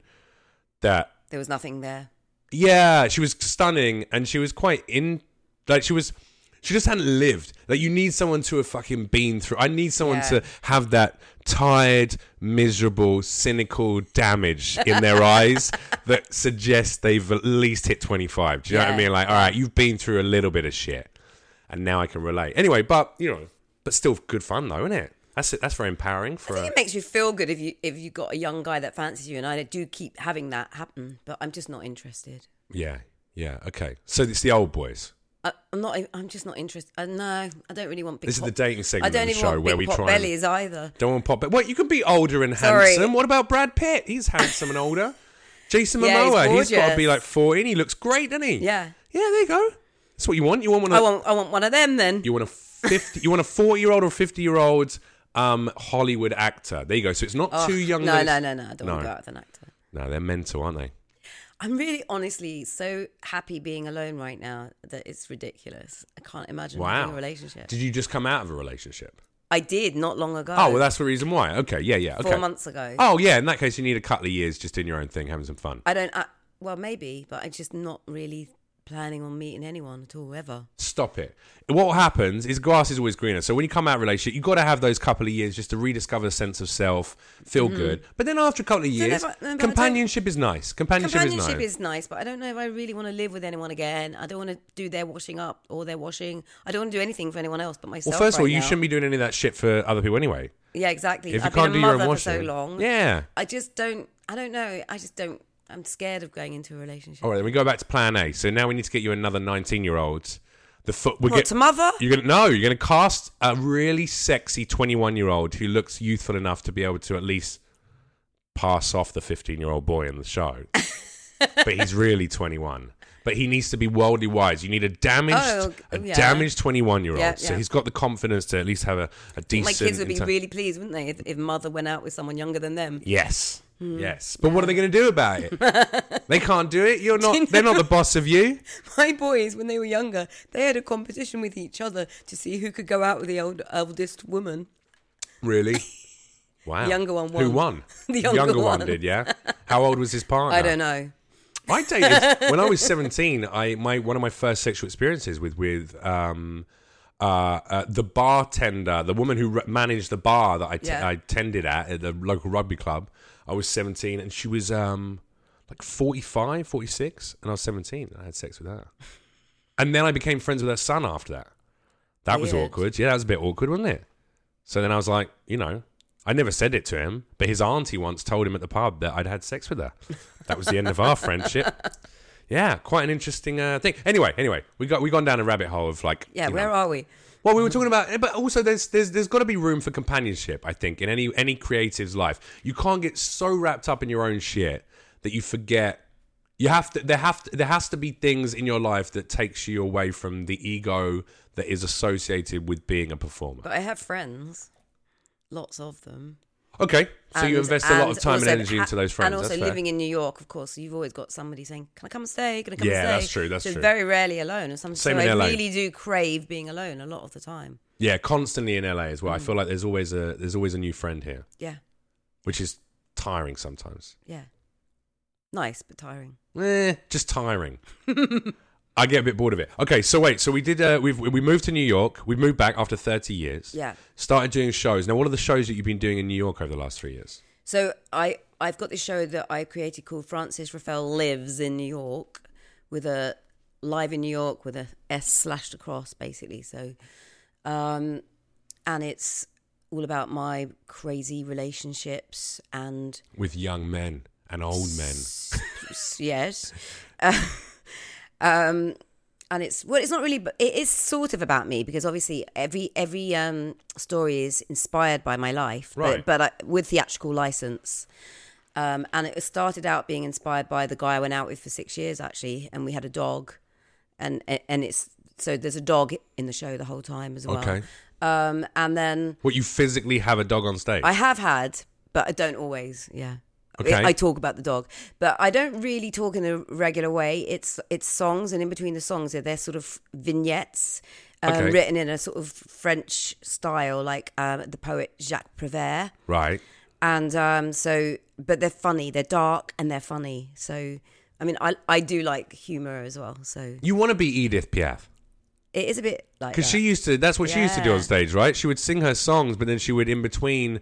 that There was nothing there. yeah, she was stunning, and she was quite in. Like she was, she just hadn't lived. Like you need someone to have fucking been through. I need someone Yeah. to have that tired, miserable, cynical damage in *laughs* their eyes that suggests they've at least hit twenty five. Do you know what I Yeah. mean? Like, all right, you've been through a little bit of shit, and now I can relate. Anyway, but you know, but still good fun though, isn't it? That's it. That's very empowering for. I think A, it makes you feel good if you if you got a young guy that fancies you, and I do keep having that happen, but I'm just not interested. yeah, yeah. Okay, so it's the old boys. I, I'm not. I'm just not interested. Uh, no, I don't really want big. This is pop- the dating segment I don't of the even show want where big we pot try and- bellies either. Don't want pop. But what you can be older and Sorry. handsome. What about Brad Pitt? He's handsome and older. Jason Yeah, he's Momoa. he's got to be gorgeous. like forty. And he looks great, doesn't he? Yeah. Yeah. There you go. That's what you want. You want one. Of, I want. I want one of them then. You want a fifty. you want a forty-year-old or fifty-year-old um, Hollywood actor. There you go. So it's not Ugh, too young. Oh, No, that no, it's- no, no. I don't want to go out with an actor. No, they're mental, aren't they? I'm really, honestly, so happy being alone right now that it's ridiculous. I can't imagine Wow. having a relationship. Did you just come out of a relationship? I did not long ago. Oh, well, that's the reason why. Okay. Yeah. Yeah. Okay. four months ago. Oh yeah. In that case, you need a couple of years just doing your own thing, having some fun. I don't. I, well, maybe, but I'm just not really planning on meeting anyone at all ever. Stop it. What happens is grass is always greener. So when you come out of a relationship, you've got to have those couple of years just to rediscover a sense of self, feel good. But then after a couple of no, years, but- no, but Mm. I companionship is nice. Companionship, is Companionship nice. is nice, but I don't know if I really want to live with anyone again. I don't want to do their washing up or their washing. I don't want to do anything for anyone else but myself. well, first of all, right you now. shouldn't be doing any of that shit for other people anyway. Yeah, exactly. If I've you can't do been a your mother own for washing, so long. yeah. I just don't. I don't know. I just don't. I'm scared of going into a relationship. All right, then we go back to Plan A. So now we need to get you another nineteen-year-old. The foot. We're What to mother? You're gonna no. You're gonna cast a really sexy twenty-one-year-old who looks *laughs* youthful enough to be able to at least pass off the fifteen-year-old boy in the show. but he's really 21. But he needs to be worldly wise. You need a damaged, Oh, a yeah. damaged 21 year old. Yeah, So yeah. he's got the confidence to at least have a, a decent. My kids would be inter- really pleased, wouldn't they, if, if mother went out with someone younger than them? Yes. Hmm. Yes. But what are they going to do about it? *laughs* they can't do it. You're not. They're not the boss of you. My boys, when they were younger, they had a competition with each other to see who could go out with the old, eldest woman. *laughs* Really. Wow. younger one Who won. won? *laughs* The younger one. one. did. Yeah. How old was his partner? *laughs* I don't know. I dated when I was seventeen. I my one of my first sexual experiences with with um, uh, uh, the bartender, the woman who r managed the bar that I t- Yeah. I tended at at the local rugby club. I was seventeen, and she was um, like 45, 46, and I was seventeen. And I had sex with her, and then I became friends with her son after that. That was Weird. awkward. Yeah, that was a bit awkward, wasn't it? So then I was like, you know, I never said it to him, but his auntie once told him at the pub that I'd had sex with her. That was the end *laughs* of our friendship. Yeah, quite an interesting uh, thing. Anyway, anyway, we got we gone down a rabbit hole of like Yeah, you where know- are we? well, we were talking about, but also there's there's there's got to be room for companionship. I think in any any creative's life, you can't get so wrapped up in your own shit that you forget. You have to. There have to, there has to be things in your life that takes you away from the ego that is associated with being a performer. But I have friends, lots of them. Okay, so you And- invest a lot of and time and also- energy into those friends. And also that's fair. living in New York, of course, you've always got somebody saying, "Can I come and stay? Can I come Yeah, and stay?" that's true, that's so true. Very rarely alone, and some, Same so in I LA. really do crave being alone a lot of the time. yeah, constantly in LA as well. I feel like there's always a there's always a new friend here, Yeah, which is tiring sometimes. yeah, nice but tiring. Eh, just tiring. *laughs* I get a bit bored of it. Okay, so wait, so we did. Uh, we've we moved to New York. We moved back after thirty years. Yeah. Started doing shows. Now, what are the shows that you've been doing in New York over the last three years? So I I've got this show that I created called Francis Raphael Lives in New York, with a live in New York with a S slashed across basically. So, um, and it's all about my crazy relationships and With young men and old men. yes. Uh, *laughs* um, and it's well, it's not really, but it is sort of about me because obviously every every um, story is inspired by my life, Right. but, but I, with theatrical license. Um, and it started out being inspired by the guy I went out with for six years actually, and we had a dog, and and it's so there's a dog in the show the whole time as well. Okay. Um, and then What you physically have a dog on stage? I have had, but I don't always. Yeah. Okay. I talk about the dog, but I don't really talk in a regular way. It's it's songs, and in between the songs, they're, they're sort of vignettes um, Okay. written in a sort of French style, like um, the poet Jacques Prévert. right. And um, so, but they're funny. They're dark and they're funny. So, I mean, I I do like humor as well. So You want to be Edith Piaf it is a bit like because that. she used to. That's what she used to do on Yeah. stage, right? She would sing her songs, but then she would in between.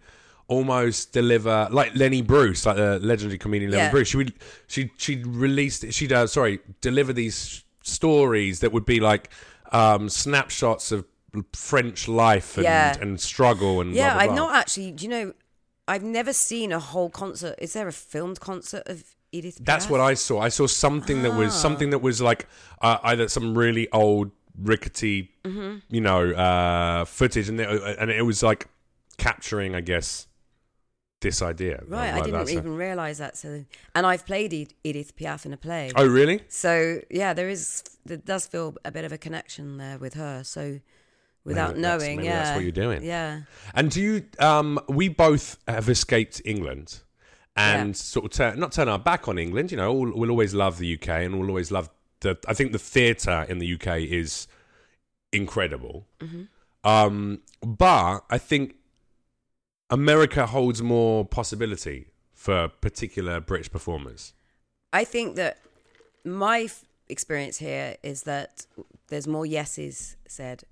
Almost deliver like Lenny Bruce, like the legendary comedian Lenny Yeah. Bruce. She would, she she released, she'd uh, sorry, deliver these s- stories that would be like um, snapshots of French life and, Yeah. and struggle and Blah, Yeah, blah, I've blah. not actually. Do you know? I've never seen a whole concert. Is there a filmed concert of Edith? That's Piaf? what I saw. I saw something that Ah. was something that was like uh, either some really old rickety, Mm-hmm. you know, uh, footage, and it, and it was like capturing, I guess, this idea. Right, Like, I didn't that's a- even realize that. So, and I've played Ed- Edith Piaf in a play. oh, really? So yeah, there is there does feel a bit of a connection there with her. So without Maybe that's- knowing, maybe yeah, that's what you're doing. Yeah, And do you? Um, we both have escaped England, and Yeah. sort of turn, not turn our back on England. You know, we'll, we'll always love the UK, and we'll always love the. I think the theatre in the UK is incredible. Um, but I think America holds more possibility for particular British performers. I think that my f- experience here is that there's more yeses said.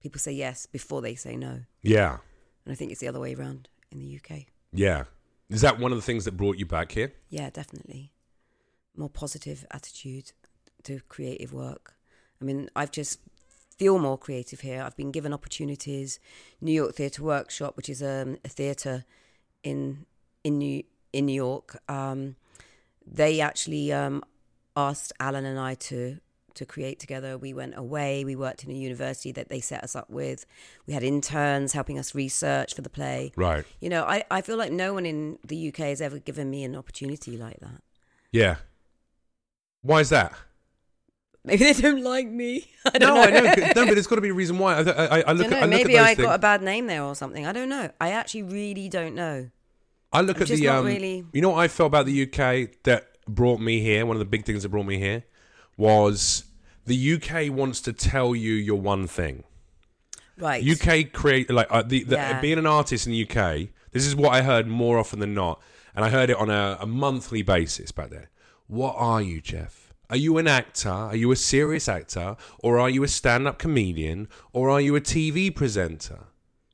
People say yes before they say no, Yeah, and I think it's the other way around in the UK. yeah. Is that one of the things that brought you back here? Yeah, definitely. More positive attitude to creative work. I mean, I've just feel more creative here. I've been given opportunities. New York Theatre Workshop, which is um, a theatre in in New in New York, um, they actually um, asked Alan and I to to create together. We went away. We worked in a university that they set us up with. We had interns helping us research for the play. Right. You know, I, I feel like no one in the UK has ever given me an opportunity like that. Yeah. Why is that? Maybe they don't like me. *laughs* I don't No, I know. know. No, *laughs* but there's got to be a reason why. I, I, I look, don't know. at, I look Maybe at those I things. got a bad name there or something. I don't know. I actually really don't know. I look I'm at just the not um, really- you know what I felt about the UK that brought me here. One of the big things that brought me here was the UK wants to tell you your one thing. Right. UK create like uh, the, the Yeah. being an artist in the UK. This is what I heard more often than not, and I heard it on a, a monthly basis back then. What are you, Jeff? Are you an actor? Are you a serious actor, or are you a stand-up comedian, or are you a TV presenter?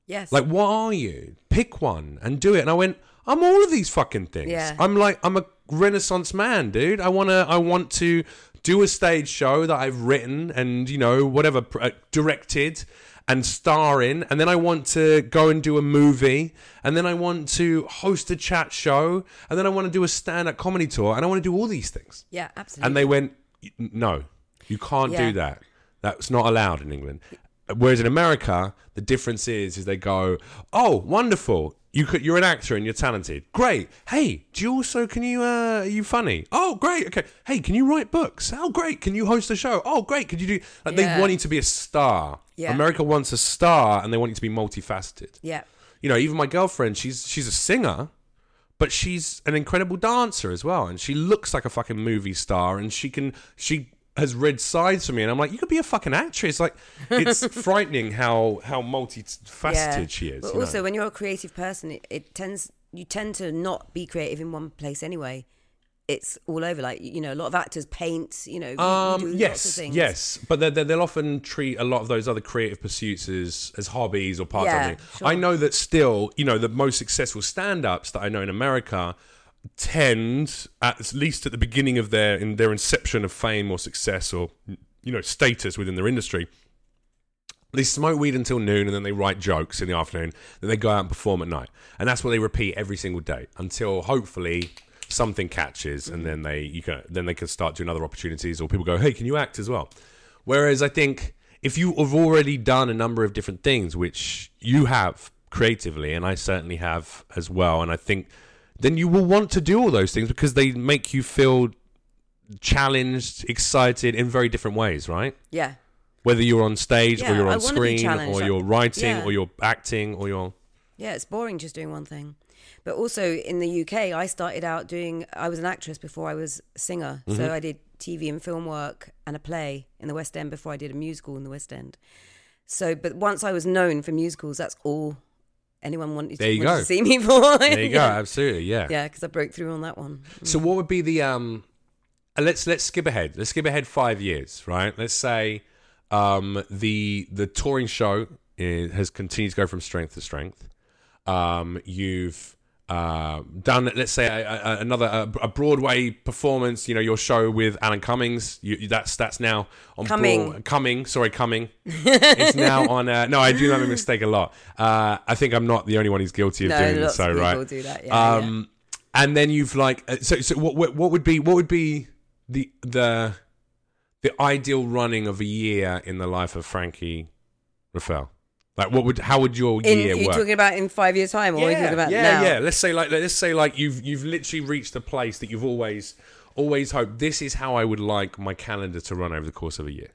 yes. Like, what are you? Pick one and do it. And I went, I'm all of these fucking things. Yeah. I'm like, I'm a renaissance man, dude. I wanna, I want to do a stage show that I've written and you know whatever pr- uh, directed and star in, and then I want to go and do a movie, and then I want to host a chat show, and then I want to do a stand-up comedy tour, and I want to do all these things. yeah, absolutely. And they went, no, you can't Yeah. do that. That's not allowed in England. Whereas in America, the difference is, is they go, oh, wonderful. You could, you're an actor and you're talented. Great. Hey, do you also can you uh, are you funny? Oh, great. Okay. Hey, can you write books? Oh, great. Can you host a show? Oh, great. Could you do? Like Yeah. they want you to be a star. Yeah. America wants a star, and they want you to be multifaceted yeah. you know, even my girlfriend, she's she's a singer, but she's an incredible dancer as well, and she looks like a fucking movie star, and she can she has read sides for me, and I'm like, you could be a fucking actress. Like, *laughs* it's frightening how how multifaceted yeah. she is. But you know? also, when you're a creative person, it, it tends you tend to not be creative in one place anyway. It's all over. Like you know, a lot of actors paint. You know, we- we do Um, lots of yes, things. yes, but they they- they'll often treat a lot of those other creative pursuits as, as hobbies or part Yeah, time. sure. I know that still, you know, the most successful stand ups that I know in America tend, at least at the beginning of their in their inception of fame or success or you know status within their industry, they smoke weed until noon and then they write jokes in the afternoon. Then they go out and perform at night, and that's what they repeat every single day until hopefully something catches, and then they you can then they can start doing other opportunities, or people go, "Hey, can you act as well?" Whereas I think if you have already done a number of different things, which you have creatively, and I certainly have as well, and I think then you will want to do all those things because they make you feel challenged, excited in very different ways, right? Yeah. whether you're on stage or Yeah, you're I on wanna be screen challenged. or I- you're writing yeah. or you're acting or you're Yeah, it's boring just doing one thing. But also in the UK, I started out doing, I was an actress before I was a singer. Mm-hmm. So I did TV and film work and a play in the West End before I did a musical in the West End. So, but once I was known for musicals, that's all anyone wanted, There you wanted go. to see me *laughs* for. there you go yeah. absolutely yeah. Yeah, because I broke through on that one. so what would be the um uh, let's let's skip ahead let's skip ahead five years right let's say um the the touring show is, has continued to go from strength to strength um you've uh, done let's say a, a, another a, a Broadway performance you know your show with Alan Cummings you, you- that's that's now on Cumming. Broad- Cumming sorry Cumming it's now on uh, no I do that mistake a lot uh, I think I'm not the only one who's guilty of No, doing lots so of people right do that. Yeah, yeah. um, and then you've like uh, so so what, what what would be what would be the the the ideal running of a year in the life of Frankie Rafael? Like what would how would your In, year you're work? talking about in five years' time, or are you talking about yeah, now? yeah. Let's say like let's say like you've you've literally reached a place that you've always always hoped this is how I would like my calendar to run over the course of a year.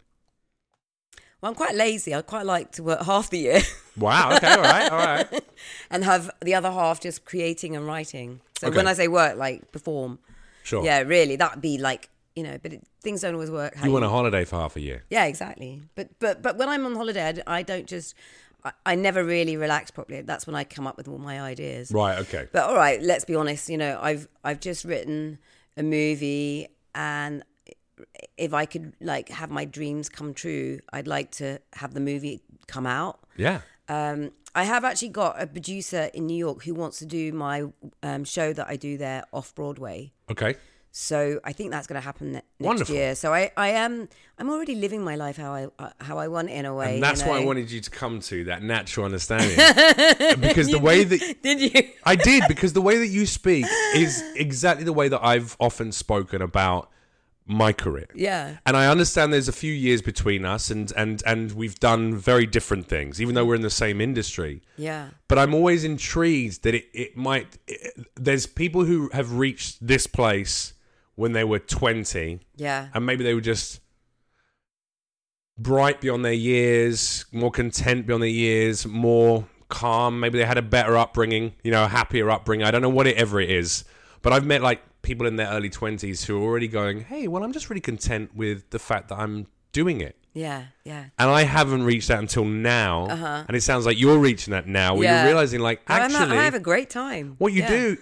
Well, I'm quite lazy. I quite like to work *laughs* half the year. Wow, okay, all right, all *laughs* right. and have the other half just creating and writing. So Okay. Oh. when I say work, like perform, Sure. yeah, really, that'd be like you know. But it, things don't always work. How You want a holiday for half a year. yeah, exactly. But but but when I'm on holiday, I d- I don't just. I, I never really relax properly. That's when I come up with all my ideas. Right, okay. But all right, let's be honest. You know, I've I've just written a movie, and if I could like have my dreams come true, I'd like to have the movie come out. Yeah. Um, I have actually got a producer in New York who wants to do my um, show that I do there off Broadway. Okay. So I think that's going to happen ne- next Wonderful. year. So I, I am, I'm already living my life how I, uh, how I want it in a way. And that's you know? what I wanted you to come to that natural *laughs* understanding. because the way that Did you? I did, because the way that you speak is exactly the way that I've often spoken about my career. Yeah. And I understand there's a few years between us and and and we've done very different things even though we're in the same industry. Yeah. But I'm always intrigued that it, it might it, there's people who have reached this place when they were 20 Yeah. and maybe they were just bright beyond their years, more content beyond their years, more calm. Maybe they had a better upbringing, you know, a happier upbringing. I don't know what it ever it is, but I've met like people in their early twenties who are already going, "Hey, well, I'm just really content with the fact that I'm doing it." Yeah. Yeah. And I haven't reached that until now, Uh-huh. and it sounds like you're reaching that now, where Yeah. you're realizing, like, No, I'm actually, not- I have a great time. what you Yeah. *laughs* do,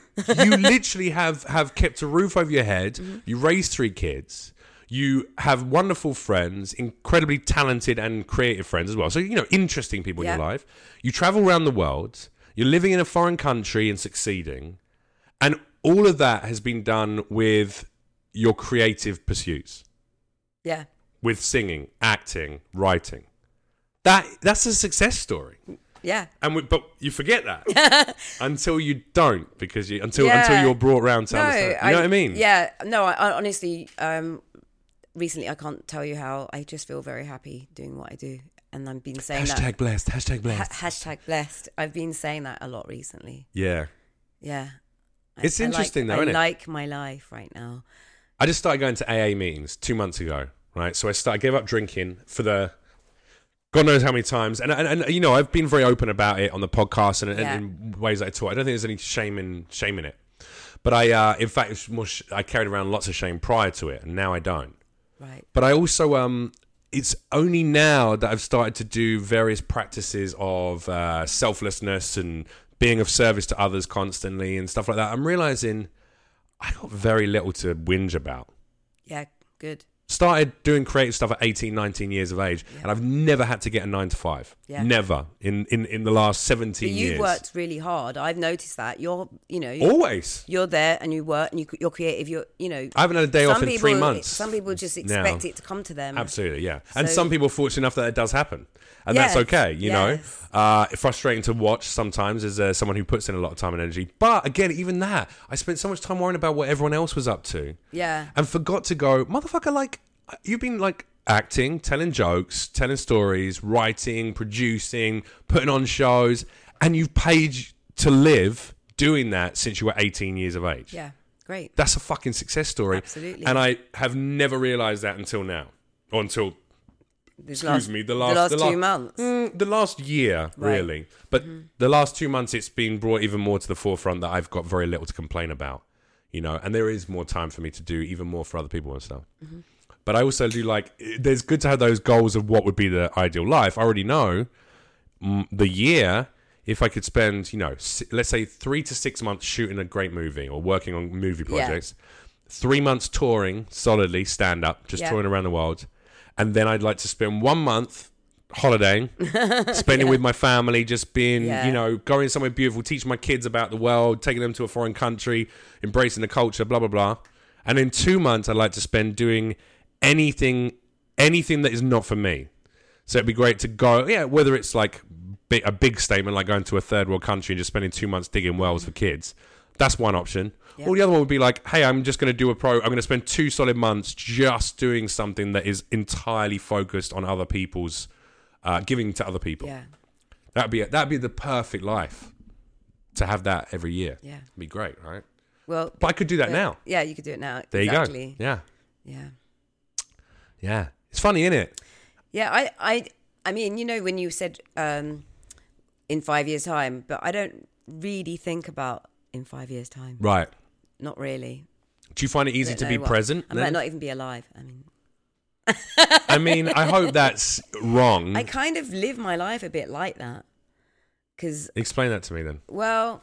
you literally have have kept a roof over your head. Mm-hmm. You raised three kids. You have wonderful friends, incredibly talented and creative friends as well. So you know, interesting people in Yeah. your life. You travel around the world. You're living in a foreign country and succeeding, and all of that has been done with your creative pursuits, Yeah. with singing, acting, writing. That that's a success story. Yeah. And we, but you forget that *laughs* *laughs* until you don't because you until Yeah. until you're brought round to understand. You know what I mean? Yeah. No, I, I honestly, um, recently I can't tell you how I just feel very happy doing what I do, and I've been saying that. Hashtag blessed. Hashtag blessed. Ha- hashtag blessed. I've been saying that a lot recently. yeah. Yeah. It's interesting I though, like, isn't it? I like my life right now. I just started going to AA meetings two months ago, right? So I started, gave up drinking for the God knows how many times, and and, and you know I've been very open about it on the podcast and, and Yeah. in ways that I talk. I don't think there's any shame in shame in it, but I uh, in fact it's more sh- I carried around lots of shame prior to it, and now I don't. Right. but I also um it's only now that I've started to do various practices of uh, selflessness and being of service to others constantly and stuff like that. I'm realizing I got very little to whinge about. Yeah. Good. Started doing creative stuff at 18, 19 years of age, and I've never had to get a nine to five. Yeah. Never in, in, in the last 17 But you years. worked really hard. I've noticed that. You're, you know, you're, Always. you're there and you work and you, you're creative. You're, you know, I haven't had a day off some in people, three months. Some people just now. expect it to come to them. Absolutely, yeah. And So- some people are fortunate enough that it does happen. And Yes, that's okay, you yes. know. Uh, frustrating to watch sometimes as uh, someone who puts in a lot of time and energy. But again, even that, I spent so much time worrying about what everyone else was up to Yeah. and forgot to go, motherfucker, like, you've been like acting, telling jokes, telling stories, writing, producing, putting on shows, and you've paid to live doing that since you were 18 years of age. Yeah. Great. That's a fucking success story. Absolutely. And I have never realized that until now, or until This excuse me, the last, last the la- two months. Mm, the last year, Right. Mm-hmm. really. But the last two months, it's been brought even more to the forefront that I've got very little to complain about, you know. And there is more time for me to do even more for other people and stuff. Mm-hmm. But I also do like. it- There's good to have those goals of what would be the ideal life. I already know mm, the year. If I could spend, you know, s- let's say three to six months shooting a great movie or working on movie Yeah. projects, three months touring solidly, stand up, just Yeah. touring around the world. And then I'd like to spend one month *laughs* holidaying, spending with my family, just being, Yeah. you know, going somewhere beautiful, teaching my kids about the world, taking them to a foreign country, embracing the culture, blah, blah, blah. And in two months, I'd like to spend doing anything, anything that is not for me. So it'd be great to go, yeah, whether it's like bi- a big statement, like going to a third world country and just spending two months digging wells for kids. That's one option. Or the other one would be like, hey, I'm just going to do a pro, I'm going to spend two solid months just doing something that is entirely focused on other people's, uh, giving to other people. Yeah. That'd be, that'd be the perfect life to have that every year. Yeah. It'd be great, right? Well, But I could do that now. Yeah, you could do it now. There you exactly. go. Yeah. Yeah. Yeah. It's funny, isn't it? Yeah, I, I, I mean, you know, when you said um, in five years' time, but I don't really think about in five years' time. Right. Not really. Do you find it easy Don't to know be what- present? I then? might not even be alive. I mean, I mean, I hope that's wrong. I kind of live my life a bit like that because, Explain that to me then. well,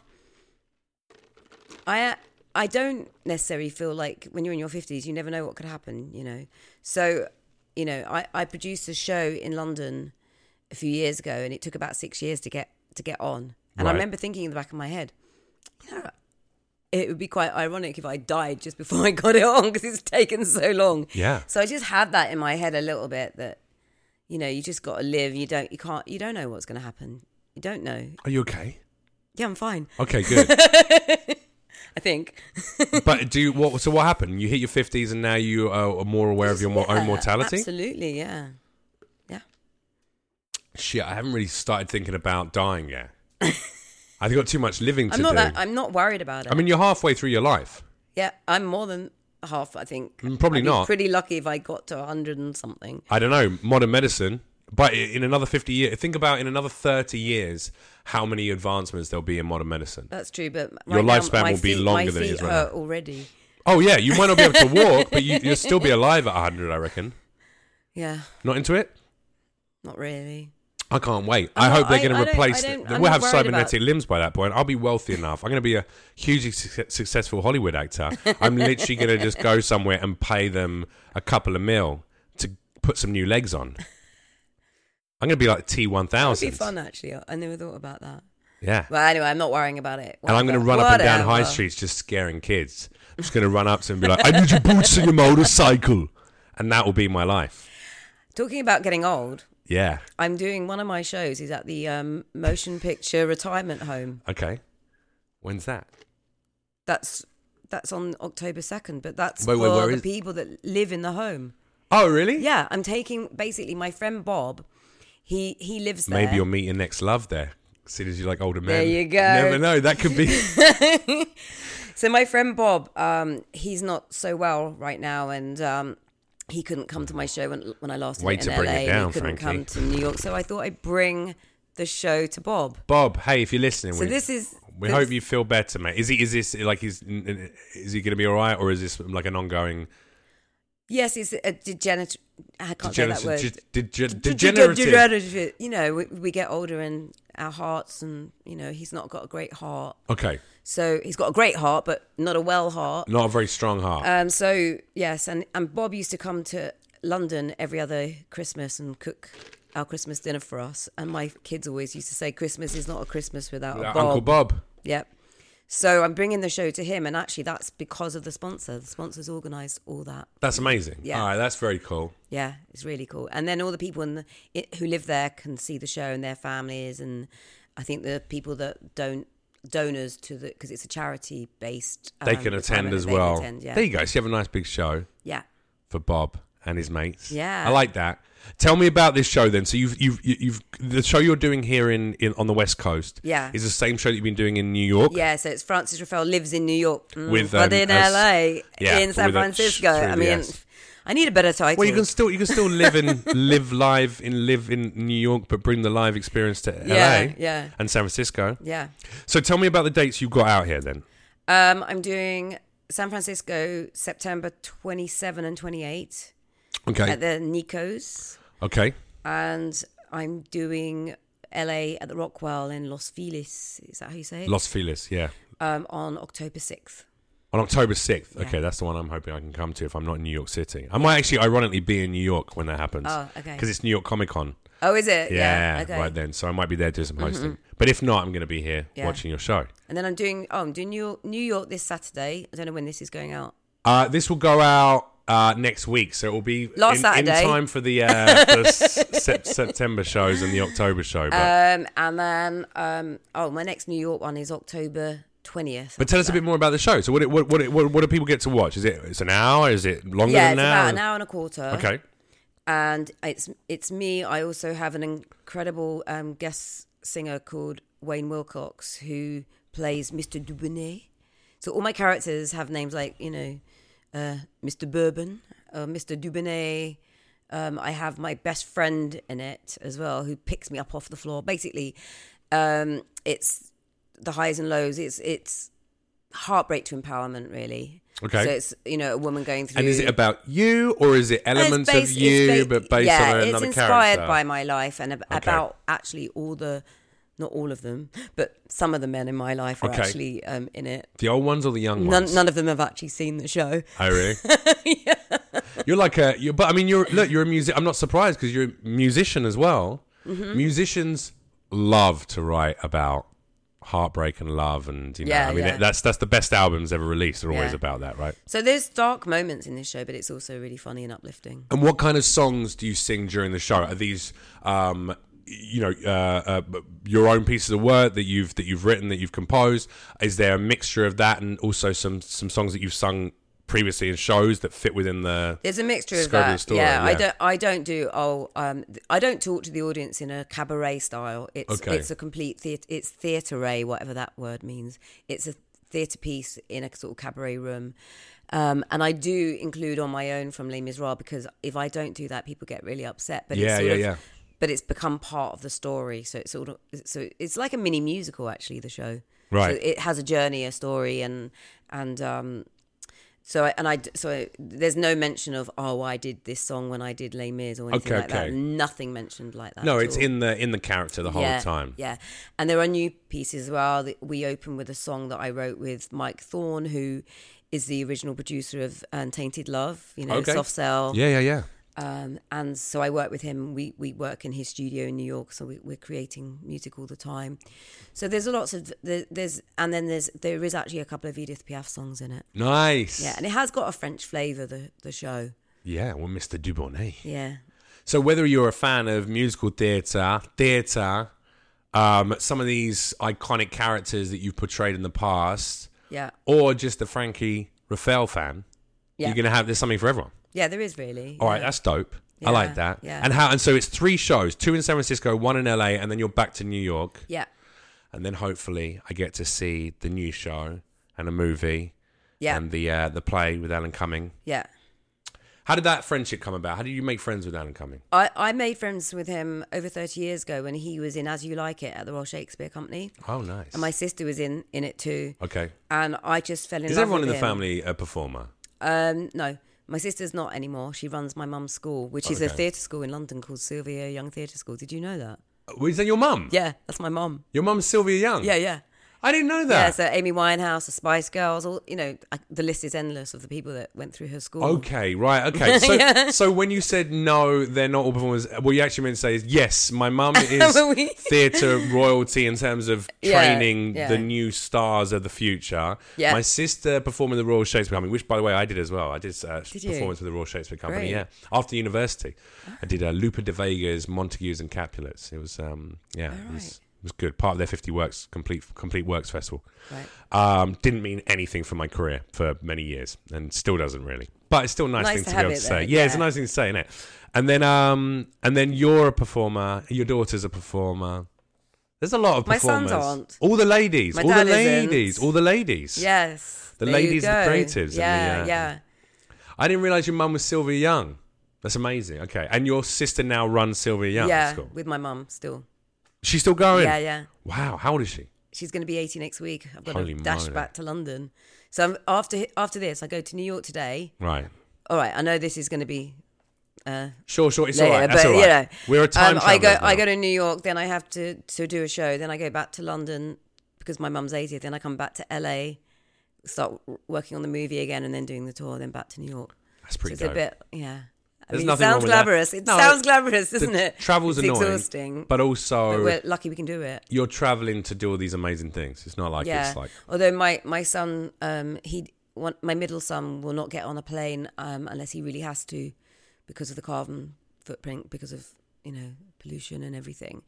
I, I don't necessarily feel like when you're in your fifties, you never know what could happen. You know, so you know, I, I produced a show in London a few years ago, and it took about six years to get to get on. And I Right. remember thinking in the back of my head, you know, it would be quite ironic if I died just before *laughs* I got it on because it's taken so long. Yeah. So I just had that in my head a little bit that, you know, you just got to live. You don't, you can't, you don't know what's going to happen. You don't know. Are you okay? Yeah, I'm fine. Okay, good. *laughs* I think. but do you, what? So what happened? You hit your fifties, and now you are more aware of your mo- Yeah, own mortality. Uh, Absolutely. Yeah. Yeah. Shit, I haven't really started thinking about dying *laughs* yet. I've got too much living to I'm not do. that. I'm not worried about it. I mean, you're halfway through your life. Mm, yeah. I'm more than. half. I think probably I'd be not. Pretty lucky if I got to hundred and something. I don't know, modern medicine. But i- in another 50 years, think about in another 30 years how many advancements there'll be in modern medicine. That's true, but Your right now, lifespan my will be feet- longer my than it feet is right now. hurt already. Oh, yeah, you might not be able to walk, but you, you'll still be alive at 100, I reckon. Yeah, Not into it? not really. I can't wait. I'm I not- hope they're I- going I to don't- replace. I The, don't- I'm we'll not have worried about- cybernetic limbs by that point. I'll be wealthy enough. I'm going to be a hugely suc successful Hollywood actor. *laughs* I'm literally going to just go somewhere and pay them a couple of mil to put some new legs on. I'm going to be like T1000. It'd be fun actually. I never thought about that. Yeah. But anyway, I'm not worrying about it. and I'm going to run up and down high Whatever. streets just scaring kids. I'm just going to run up to them and be like, I need your boots and your motorcycle. And that will be my life. Talking about getting old, Yeah. I'm doing one of my shows. is at the um, motion picture retirement home. Okay. When's that? That's that's on October second, but that's Wait, for wait, where the is- people that live in the home. Oh, really? Yeah, I'm taking basically my friend Bob. He he lives there. Maybe you'll meet your next love there. Seeing as you like older men. There you go. Never know. That could *laughs* be. So my friend Bob, um, he's not so well right now, and um, he couldn't come to my show when, when I last Way met to in bring LA. it and down, he couldn't Frankie. come to New York, so I thought I'd bring the show to Bob. Bob, hey, if you're listening, So we, this is we this- hope you feel better, mate. Is he? Is this like? He's is he going to be all right, or is this like an ongoing yes, it's a degenerate. I can't say that degenerative? word. deg- deg- De- de- degenerative. degenerative. You know, we, we get older and our hearts, and you know, he's not got a great heart. Okay, So he's got a great heart, but not a well heart. not a very strong heart. Um, so yes, and, and Bob used to come to London every other Christmas and cook our Christmas dinner for us. And my kids always used to say Christmas is not a Christmas without a Uh, Bob. Uncle Bob. Yep. So I'm bringing the show to him, and actually that's because of the sponsor. The sponsor's organised all that. That's amazing. Yeah. All right, that's very cool. Yeah, it's really cool. And then all the people in the, it, who live there can see the show and their families, and I think the people that don't donors to the because it's a charity based. um, They can attend as well. yeah. There you go. So you have a nice big show yeah. for Bob and his mates. Yeah. I like that. Tell me about this show then. So you've you've you've the show you're doing here in, in on the West Coast. Yeah. Is the same show that you've been doing in New York. Yeah, so it's Francis Raphael lives in New York, mm, With, but um, in a s- LA, yeah, in San with a sh Francisco. I through the mean, S. I need a better title. Well, you can still you can still live in *laughs* live live in live in New York, but bring the live experience to Yeah, LA yeah. and San Francisco. yeah. So tell me about the dates you got out here then. Um, I'm doing San Francisco September 27 and 28 Okay, at the Nico's, okay, and I'm doing LA at the Rockwell in Los Feliz. Is that how you say it? Los Feliz, yeah, um, on October 6th. on October sixth. Okay, that's the one I'm hoping I can come to if I'm not in New York City. I might actually, ironically, be in New York when that happens. Oh, okay. Because it's New York Comic Con. Oh, is it? Yeah, okay. Mm-hmm. right then. So I might be there doing some hosting. But if not, I'm going to be here Yeah. watching your show. And then I'm doing. Oh, I'm doing New York, New York this Saturday. I don't know when this is going out. Uh, this will go out uh, next week, so it will be in, Last in Saturday. time for the, uh, *laughs* for the s- sep- September shows and the October show. But, Um, and then, um, oh, my next New York one is October 20th. but tell us a bit more about the show. So what it, what what, it, what what do people get to watch? Is it it's an hour? Is it longer yeah, than it's an about hour? an hour and a quarter. Okay, And it's it's me. I also have an incredible um, guest singer called Wayne Wilcox who plays Mr. Dubonnet. So all my characters have names like, you know, uh, Mr. Bourbon, uh, Mr. Dubonnet. Um, I have my best friend in it as well who picks me up off the floor. Basically, um, it's the highs and lows. It's it's heartbreak to empowerment, really. Okay. So it's you know a woman going through. and is it about you or is it And it's elements based- of it's you ba- but based yeah, on it's another inspired character? by my life and ab- about actually all the, not all of them, but some of the men in my life are Okay. actually um, in it. the old ones or the young None, ones? none of them have actually seen the show. Oh really? *laughs* You're like a, you're, but I mean, you're look, you're a music. I'm not surprised because you're a musician as well. Mm-hmm. Musicians love to write about heartbreak and love, and you know, Yeah, I mean, yeah. that's that's the best albums ever released. Are always Yeah. about that, right? So there's dark moments in this show, but it's also really funny and uplifting. And what kind of songs do you sing during the show? Are these, um, you know, uh, uh, b- your own pieces of work that you've that you've written that you've composed? Is there a mixture of that and also some some songs that you've sung previously in shows that fit within the? There's a mixture of Describe that. the story, yeah, I yeah. don't. I don't do. Oh, um, th- I don't talk to the audience in a cabaret style. It's Okay. it's a complete theater. It's theatre whatever that word means. It's a theatre piece in a sort of cabaret room. Um, and I do include on my own from Les Miserables because if I don't do that, people get really upset. But Yeah, it's sort yeah, of- yeah. But it's become part of the story, so it's sort of so it's like a mini musical actually. The show, Right. So it has a journey, a story, and and um, so I, and I d- so I, there's no mention of oh I did this song when I did Les Mis or anything Okay, like okay. that. Nothing mentioned like that. No, at it's all in the in the character the whole yeah, time. Yeah, and there are new pieces as well. that We open with a song that I wrote with Mike Thorne, who is the original producer of Untainted Love, you know, Okay. Soft Cell. Yeah, yeah, yeah. Um, and so I work with him. We we work in his studio in New York, so we, we're creating music all the time. So there's a lots of there, there's and then there's there is actually a couple of Edith Piaf songs in it. Nice. Yeah, and it has got a French flavour. The the show. Yeah, well, Mr. Dubonnet. Yeah. So whether you're a fan of musical theatre, theatre, um, some of these iconic characters that you've portrayed in the past, Yeah, or just a Frankie Raphael fan, Yeah. you're gonna have there's something for everyone. yeah, there is really. All right, yeah. that's dope. I Yeah, like that. yeah. And how? And so it's three shows: two in San Francisco, one in LA, and then you're back to New York. yeah, And then hopefully I get to see the new show and a movie yeah, and the uh, the play with Alan Cumming. yeah. How did that friendship come about? How did you make friends with Alan Cumming? I, I made friends with him over 30 years ago when he was in As You Like It at the Royal Shakespeare Company. Oh, nice. And my sister was in, in it too. okay. And I just fell in Is love everyone in with the him. family a performer? Um, no, my sister's not anymore. She runs my mum's school, which is a Oh, Okay. theatre school in London called Sylvia Young Theatre School. Did you know that? Oh, Is that your mum? Yeah, that's my mum. Your mum's Sylvia Young. Yeah, yeah. I didn't know Yeah, that. so Amy Winehouse, the Spice Girls, all, you know, I, the list is endless of the people that went through her school. okay, right. *laughs* Okay. So, Yeah. so when you said no, they're not all performers. What you actually meant to say is yes. My *laughs* mum is We- theatre royalty in terms of Yeah, training yeah. the new stars of the future. Yeah. My sister performed in the Royal Shakespeare Company, which, by the way, I did as well. I did uh, you? performance with the Royal Shakespeare Company. Great. Yeah. After university, I did uh, Lupa de Vega's Montagues and Capulets. It was, um, yeah, it was, right. it was good. Part of their Fifty Works complete complete works festival. Right. Um, didn't mean anything for my career for many years, and still doesn't really. But it's still a nice, Nice thing to to, be have able to it say. there, Yeah, it's a yeah. nice thing to say, is it? And then, um, and then you're a performer. Your daughter's a performer. There's a lot of My sons performers. aren't. All the ladies. My all the dad isn't. ladies. All the ladies. Yes. The there you ladies, the go. creatives and the, Yeah, uh, yeah. I didn't realize your mum was Sylvia Young. That's amazing. Okay, and your sister now runs Sylvia Young yeah, School. with my mum still. She's still going. Yeah, yeah. Wow. How old is she? She's going to be 80 next week. I've got Holy to dash moly. back to London. So I'm, after after this, I go to New York today. Right. All right, I know this is going to be uh, Sure. Sure. It's later, all right. but That's all you right. know, We're a time um, I go travelers now. I go to New York, then I have to to do a show, then I go back to London because my mum's 80th, then I come back to LA, start w- working on the movie again, and then doing the tour, then back to New York. That's So pretty it's dope. a bit, yeah. I There's mean, nothing it wrong sounds with that. glamorous. It No, sounds glamorous, doesn't The it? Travel's it's annoying, exhausting, but also but we're lucky we can do it. you're traveling to do all these amazing things. It's not like yeah. it's like Although my my son, um, he one, my middle son will not get on a plane um, unless he really has to, because of the carbon footprint, because of you know pollution and everything,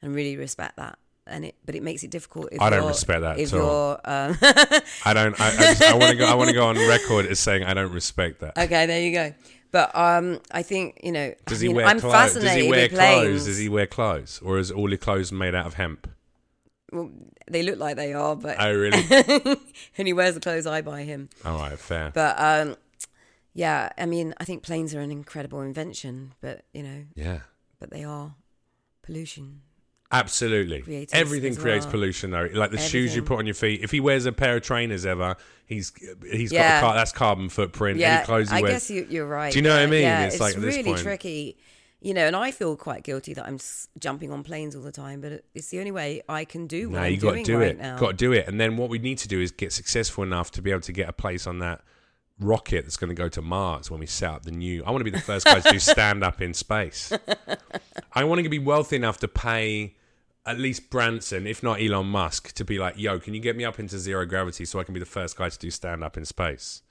and really respect that. And it, but it makes it difficult. If I don't you're- respect that If at all. you're um, *laughs* I don't. I, I, just- I want to go. I want to go on record as saying I don't respect that. okay, there you go. But um, I think you know. Does I he mean, wear I'm clothes? fascinated Does he wear with planes. clothes? Does he wear clothes, or is all the clothes made out of hemp? Well, they look like they are, but Oh, *laughs* really? and he wears the clothes I buy him. all right, fair. But um, yeah, I mean, I think planes are an incredible invention, but you know, yeah, but they are pollution. absolutely. Creators Everything as creates well. pollution, though. Like the shoes you Everything. put on your feet. If he wears a pair of trainers ever, he's he's got Yeah. a car, that's carbon footprint. Yeah, Any clothes he I wears. guess you, you're right. Do you know what I Yeah, mean? Yeah, It's it's, like at this really point- tricky, you know. And I feel quite guilty that I'm s- jumping on planes all the time, but it's the only way I can do what No, I'm you got to doing do right it. now. Got to do it. And then what we need to do is get successful enough to be able to get a place on that rocket that's going to go to Mars when we set up the new. I want to be the first guy to do stand up in *laughs* space. I want to be wealthy enough to pay at least Branson, if not Elon Musk, to be like, "Yo, can you get me up into zero gravity so I can be the first guy to do stand up in space?"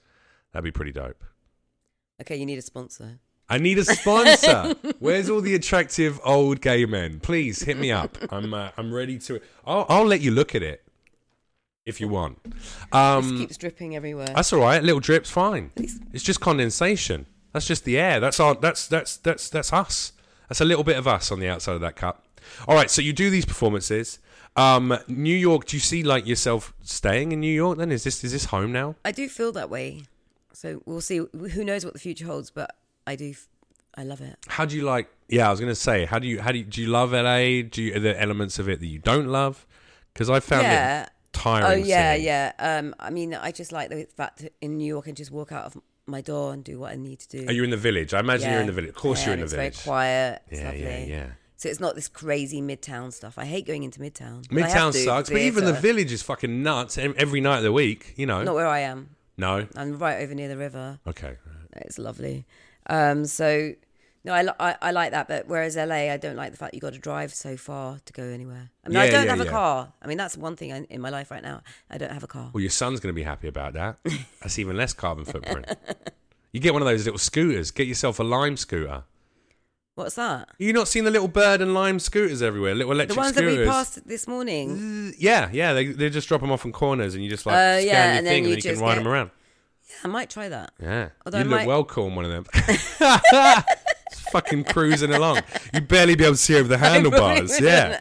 That'd be pretty dope. okay, you need a sponsor. I need a sponsor. *laughs* Where's all the attractive old gay men? Please hit me up. I'm uh, I'm ready to. I'll, I'll let you look at it if you want. this Um, keeps dripping everywhere. that's all right. Little drips, fine. It's just condensation. That's just the air. That's our. That's that's that's that's us. That's a little bit of us on the outside of that cup. All right, so you do these performances. Um, New York. Do you see like yourself staying in New York? Then is this is this home now? I do feel that way. So we'll see. Who knows what the future holds? But I do. f- I love it. How do you like? Yeah, I was gonna say. How do you? How do you? Do you love LA? Do you the elements of it that you don't love? Because I found Yeah. it tiring. Oh yeah, singing. yeah. Um, I mean, I just like the fact that in New York I can just walk out of my door and do what I need to do. Are you in the village? I imagine Yeah. you're in the village. Of course, Yeah, you're in and the village. it's Very quiet. It's Yeah, lovely. yeah, yeah. So it's not this crazy midtown stuff. I hate going into midtown. But I have Midtown to, sucks, but even the theatre. village is fucking nuts em- every night of the week. You know? Not where I am. No. I'm right over near the river. Okay. It's lovely. Um, so no, I, li- I I like that. But whereas LA, I don't like the fact you got to drive so far to go anywhere. I mean, I Yeah, don't yeah, have a yeah. car. I mean, that's one thing I, in my life right now. I don't have a car. Well, your son's going to be happy about *laughs* that. That's even less carbon footprint. You get one of those little scooters. Get yourself a lime scooter. What's that? You not seen the little bird and lime scooters everywhere? Little The electric ones that scooters. we passed this morning. Yeah, yeah. They, they just drop them off on corners, and you just like Oh, scan yeah, your and then thing, and you then you just can ride get- them around. I might try that. Yeah, Although you I look might- well cool on one of them. *laughs* Just fucking cruising along. You'd barely be able to see *laughs* over the handlebars. Yeah,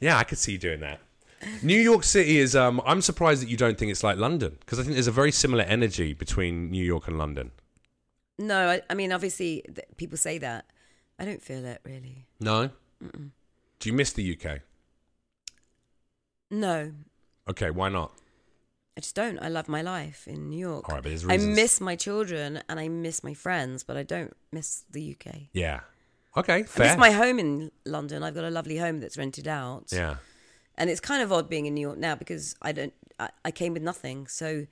yeah. I could see you doing that. New York City is. Um, I'm surprised that you don't think it's like London because I think there's a very similar energy between New York and London. No, I, I mean, obviously th- people say that. I don't feel it really. No. Do you miss the UK? No, Okay, why not? I just don't. I love my life in New York. All right, but there's I reasons. miss my children and I miss my friends, but I don't miss the UK. Yeah. Okay. I Fair. miss my home in London. I've got a lovely home that's rented out. yeah. And it's kind of odd being in New York now because I don't I, I came with nothing. So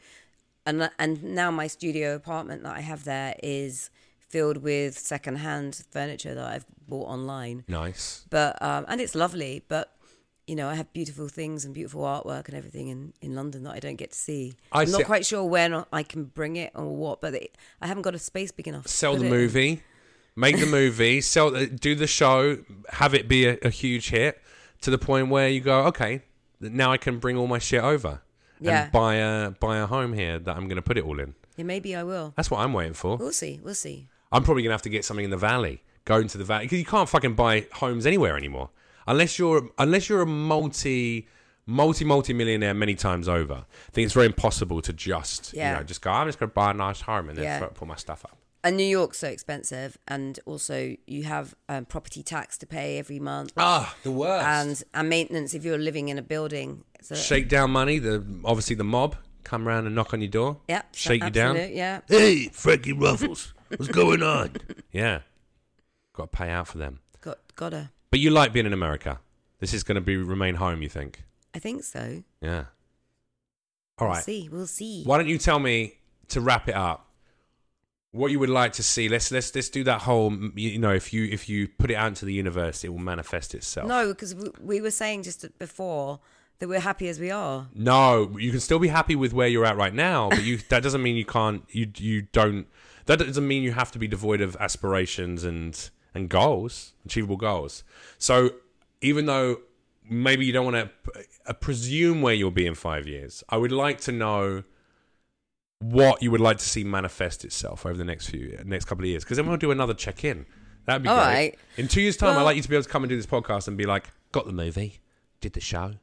and and now my studio apartment that I have there is filled with secondhand furniture that I've bought online. Nice. but um, and it's lovely but you know i have beautiful things and beautiful artwork and everything in, in london that i don't get to see I I am see- not quite sure when i can bring it or what but it, i haven't got a space big enough to sell put the it in. movie, make the movie, sell, the, do the show, have it be a, a huge hit to the point where you go, okay, now I can bring all my shit over Yeah. and buy a buy a home here that I'm going to put it all in. yeah, maybe i will That's what I'm waiting for. we'll see we'll see I'm probably going to have to get something in the valley, go into the valley because you can't fucking buy homes anywhere anymore unless you're unless you're a multi multi multi millionaire many times over. I think it's very impossible to just you Yeah. know just go. I'm just going to buy a nice home and then Yeah. throw- put my stuff up. and new york's so expensive and also you have um, property tax to pay every month Ah, the worst. and and maintenance if you're living in a building so shake down money. The obviously the mob come round and knock on your door. yeah shake you absolute, down. yeah Hey, Frankie Ruffles, what's going on? *laughs* Yeah, got to pay out for them. got gotta But you like being in America. This is going to be remain home. You think? i think so Yeah. All we'll right. see we'll see Why don't you tell me to wrap it up? What you would like to see? Let's let's let's do that whole. mm, You you know, if you if you put it out into the universe, it will manifest itself. No, because we, we were saying just before that we're happy as we are. No, you can still be happy with where you're at right now, but you that doesn't mean you can't you you don't that doesn't mean you have to be devoid of aspirations and and goals, achievable goals. So even though maybe you don't want to uh, presume where you'll be in 5 years, I would like to know what you would like to see manifest itself over the next few next couple of years because then we'll do another check-in. That'd be All great. right. In 2 years time I'd Well- like you to be able to come and do this podcast and be like got the movie, did the show,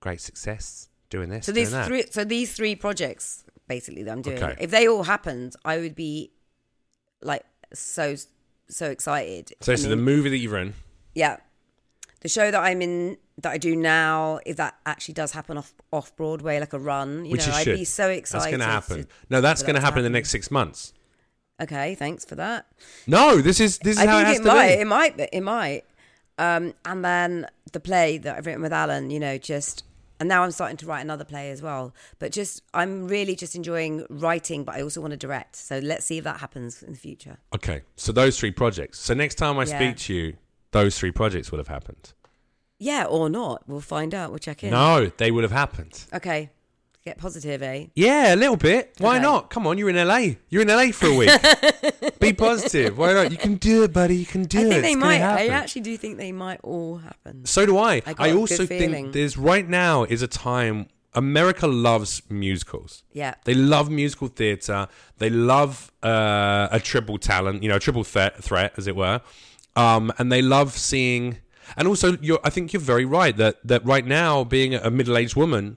great success doing this. So doing these that. three, so these three projects basically that I'm doing. Okay. If they all happened, I would be like so so excited. So, I so the mean, movie that you're in, yeah, the show that I'm in that I do now, if that actually does happen off off Broadway, like a run, you which know, is I'd should. be so excited. That's going to happen. to- No, that's for going to that to happen in the happen. next six months. okay, thanks for that. No, this is this is I how it has think it to might, be. it might, be- it might. Um, and then the play that I've written with Alan, you know, just and now I'm starting to write another play as well. But just I'm really just enjoying writing, but I also want to direct. So let's see if that happens in the future. Okay, so those three projects. So next time I Yeah. speak to you, those three projects will have happened. Yeah, or not. We'll find out. We'll check in. No, they will have happened. Okay. Get positive, eh? Yeah, a little bit. Why Okay. not? Come on, you're in LA. You're in LA for a week. *laughs* be positive. Why not? You can do it, buddy. You can do I it. think It's they gonna might. I happen. actually do think they might all happen. So do I. I, got a good also think feeling. there's right now is a time America loves musicals. Yeah. They love musical theatre. They love uh, a triple talent, you know, a triple threat, threat as it were. Um, and they love seeing. And also, you're, I think you're very right that that right now, being a middle aged woman,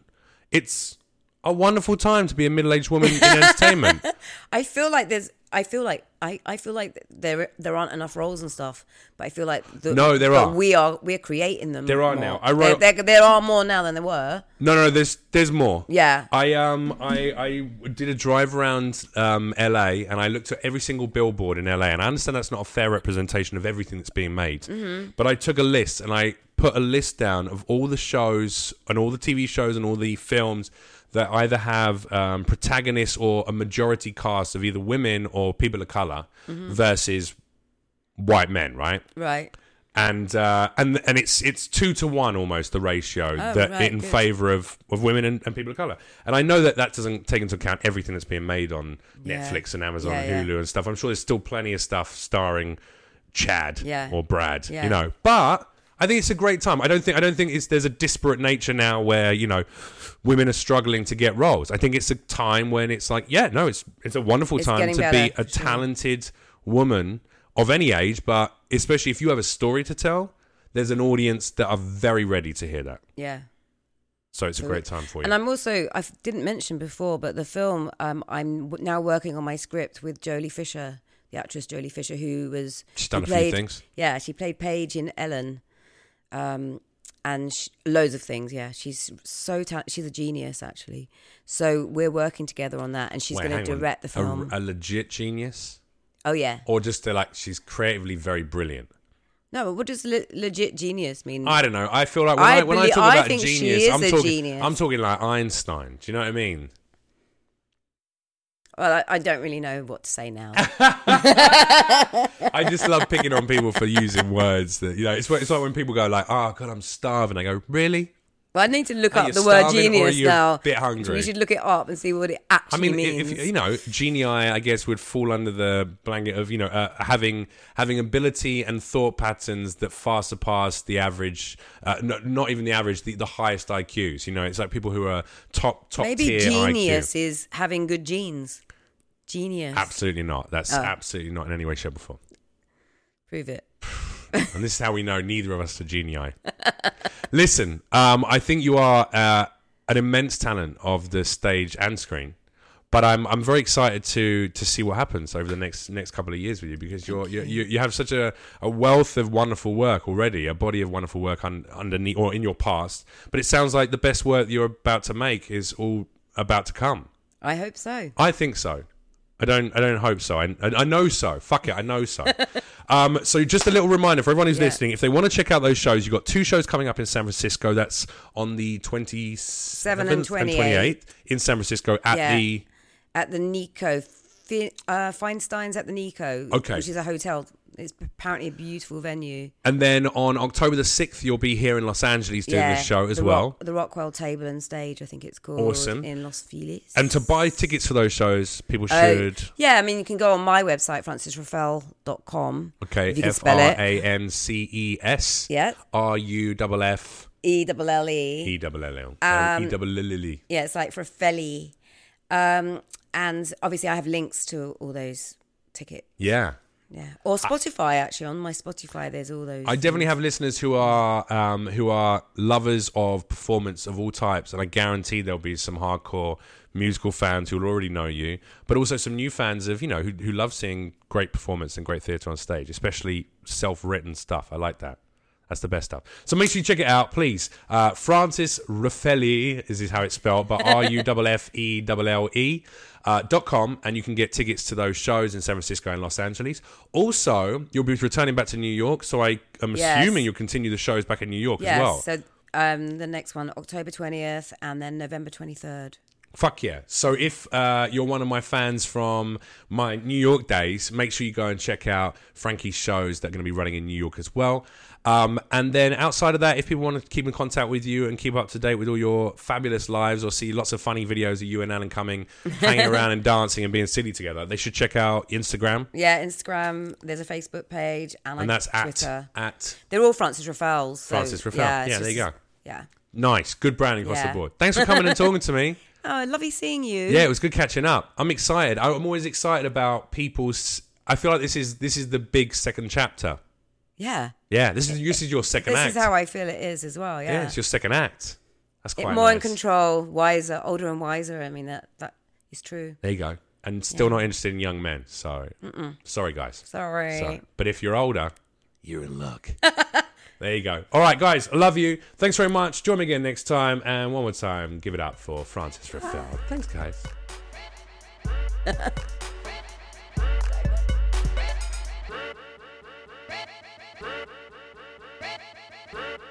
it's a wonderful time to be a middle aged woman *laughs* in entertainment. I feel like there's. I feel like I, I feel like there there aren't enough roles and stuff, but I feel like the, No, there but are. We are we're creating them. There are more. now. I wrote- there, there, there are more now than there were. No, no, there's there's more. Yeah. I um I I did a drive around um LA and I looked at every single billboard in LA and I understand that's not a fair representation of everything that's being made. But I took a list and I put a list down of all the shows and all the TV shows and all the films that either have um, protagonists or a majority cast of either women or people of color versus white men, right? Right. and uh, and and it's it's two to one almost the ratio that Oh, right, in good. favor of, of women and, and people of color. And I know that that doesn't take into account everything that's being made on Yeah. Netflix and Amazon Yeah, and yeah. Hulu and stuff. I'm sure there's still plenty of stuff starring Chad Yeah. or Brad, Yeah. you know. But I think it's a great time. I don't think I don't think it's there's a disparate nature now where you know women are struggling to get roles. I think it's a time when it's like, yeah, no, it's it's a wonderful It's time getting to be better, a for sure. talented woman of any age, but especially if you have a story to tell, there's an audience that are very ready to hear that. Yeah. So it's a great time for you. And I'm also I f- didn't mention before, but the film um, I'm w- now working on my script with Jolie Fisher, the actress Jolie Fisher, who was She's done who a few played- things. Yeah, she played Paige in Ellen, um, and sh loads of things. Yeah, she's so ta- she's a genius actually. So we're working together on that, and she's Wait, going hang to on. direct the A- film. a legit genius, oh yeah, or just they're like she's creatively very brilliant. no, but what does le- legit genius mean? I don't know. I feel like when I, Mm. I when I believe- talk I about think she genius, is I'm a talking genius. I'm talking like Einstein. Do you know what I mean? well, I, I don't really know what to *laughs* say now. I just love picking on people for using words that you know. It's wh- it's like when people go like, "Oh God, I'm starving." I go, "Really?" But I need to look Are up you the word starving or are genius you a now. bit hungry? We should look it up and see what it actually I mean, i- means. if you know, genii, I guess, would fall under the blanket of you know uh, having having ability and thought patterns that far surpass the average, uh, no, not even the average, the, the highest IQs. You know, it's like people who are top top Maybe tier genius IQ. is having good genes. Genius. Absolutely not. Oh. That's absolutely not in any way, shape, or form. Prove it. And this is how we know neither of us are genii. *laughs* Listen, um, I think you are uh, an immense talent of the stage and screen. But I'm, I'm very excited to to see what happens over the next next couple of years with you because you're, you you you have such a, a wealth of wonderful work already a body of wonderful work un, underneath or in your past but it sounds like the best work you're about to make is all about to come I hope so. I think so. I don't. I don't hope so. I, I I know so. Fuck it. I know so. um, so just a little reminder for everyone who's Yeah. listening: if they want to check out those shows, you've got two shows coming up in San Francisco. That's on the twenty seventh and 28th. twenty eighth in San Francisco at Yeah. the. At the Nico, Fe- uh, Feinstein's at the Nico, Okay. which is a hotel. It's apparently a beautiful venue. And then on October the sixth, you'll be here in Los Angeles doing yeah, this show as the well. Rock- the Rockwell Table and Stage, I think it's called. Awesome. In Los Feliz. And to buy tickets for those shows, people Oh, should. yeah, I mean, you can go on my website, francisraffel.com. Okay, If you can F spell R it. A N C E S Yeah. R U double F E double L E. E double L L L E double L L E. Yeah, it's like for a felly. Um, and obviously, I have links to all those ticket. Yeah. Yeah, or Spotify actually. On my Spotify, there's all those. I definitely have listeners who are um, who are lovers of performance of all types, and I guarantee there'll be some hardcore musical fans who will already know you, but also some new fans of you know who, who love seeing great performance and great theatre on stage, especially self-written stuff. I like that. That's the best stuff. So make sure you check it out, please. Uh, Francis Raffelli is is how it's spelled, but R U F F E L L E uh, dot com, and you can get tickets to those shows in San Francisco and Los Angeles. Also, you'll be returning back to New York, so I am Yes. assuming you'll continue the shows back in New York Yes, as well. so um, the next one, October twentieth, and then November twenty third. Fuck yeah. So if uh, you're one of my fans from my New York days, make sure you go and check out Frankie's shows that are going to be running in New York as well. Um, and then outside of that, if people want to keep in contact with you and keep up to date with all your fabulous lives or see lots of funny videos of you and Alan coming, *laughs* hanging around and dancing and being silly together, they should check out Instagram. Yeah, Instagram. There's a Facebook page, and, And I, that's at, Twitter. at They're all Francis Raffels. So, Francis Raffel. it's Yeah, there you go. Yeah. nice. Good branding across Yeah. the board. Thanks for coming and talking to *laughs* me. Oh, lovely seeing you. Yeah, it was good catching up. I'm excited. I- I'm always excited about people's. I feel like this is this is the big second chapter Yeah. Yeah, this is this is your second This act. is how I feel it is as well. Yeah. yeah, it's your second act. That's It- quite more in nice. control, wiser, older and wiser. I mean that that is true. There you go. And still not interested in young men. Sorry. Sorry, guys. Sorry. Sorry. But if you're older, you're in luck. *laughs* there you go. All right, guys. I love you. Thanks very much. Join me again next time. And one more time, give it up for Francis Raffel. Thanks, guys. Thank you.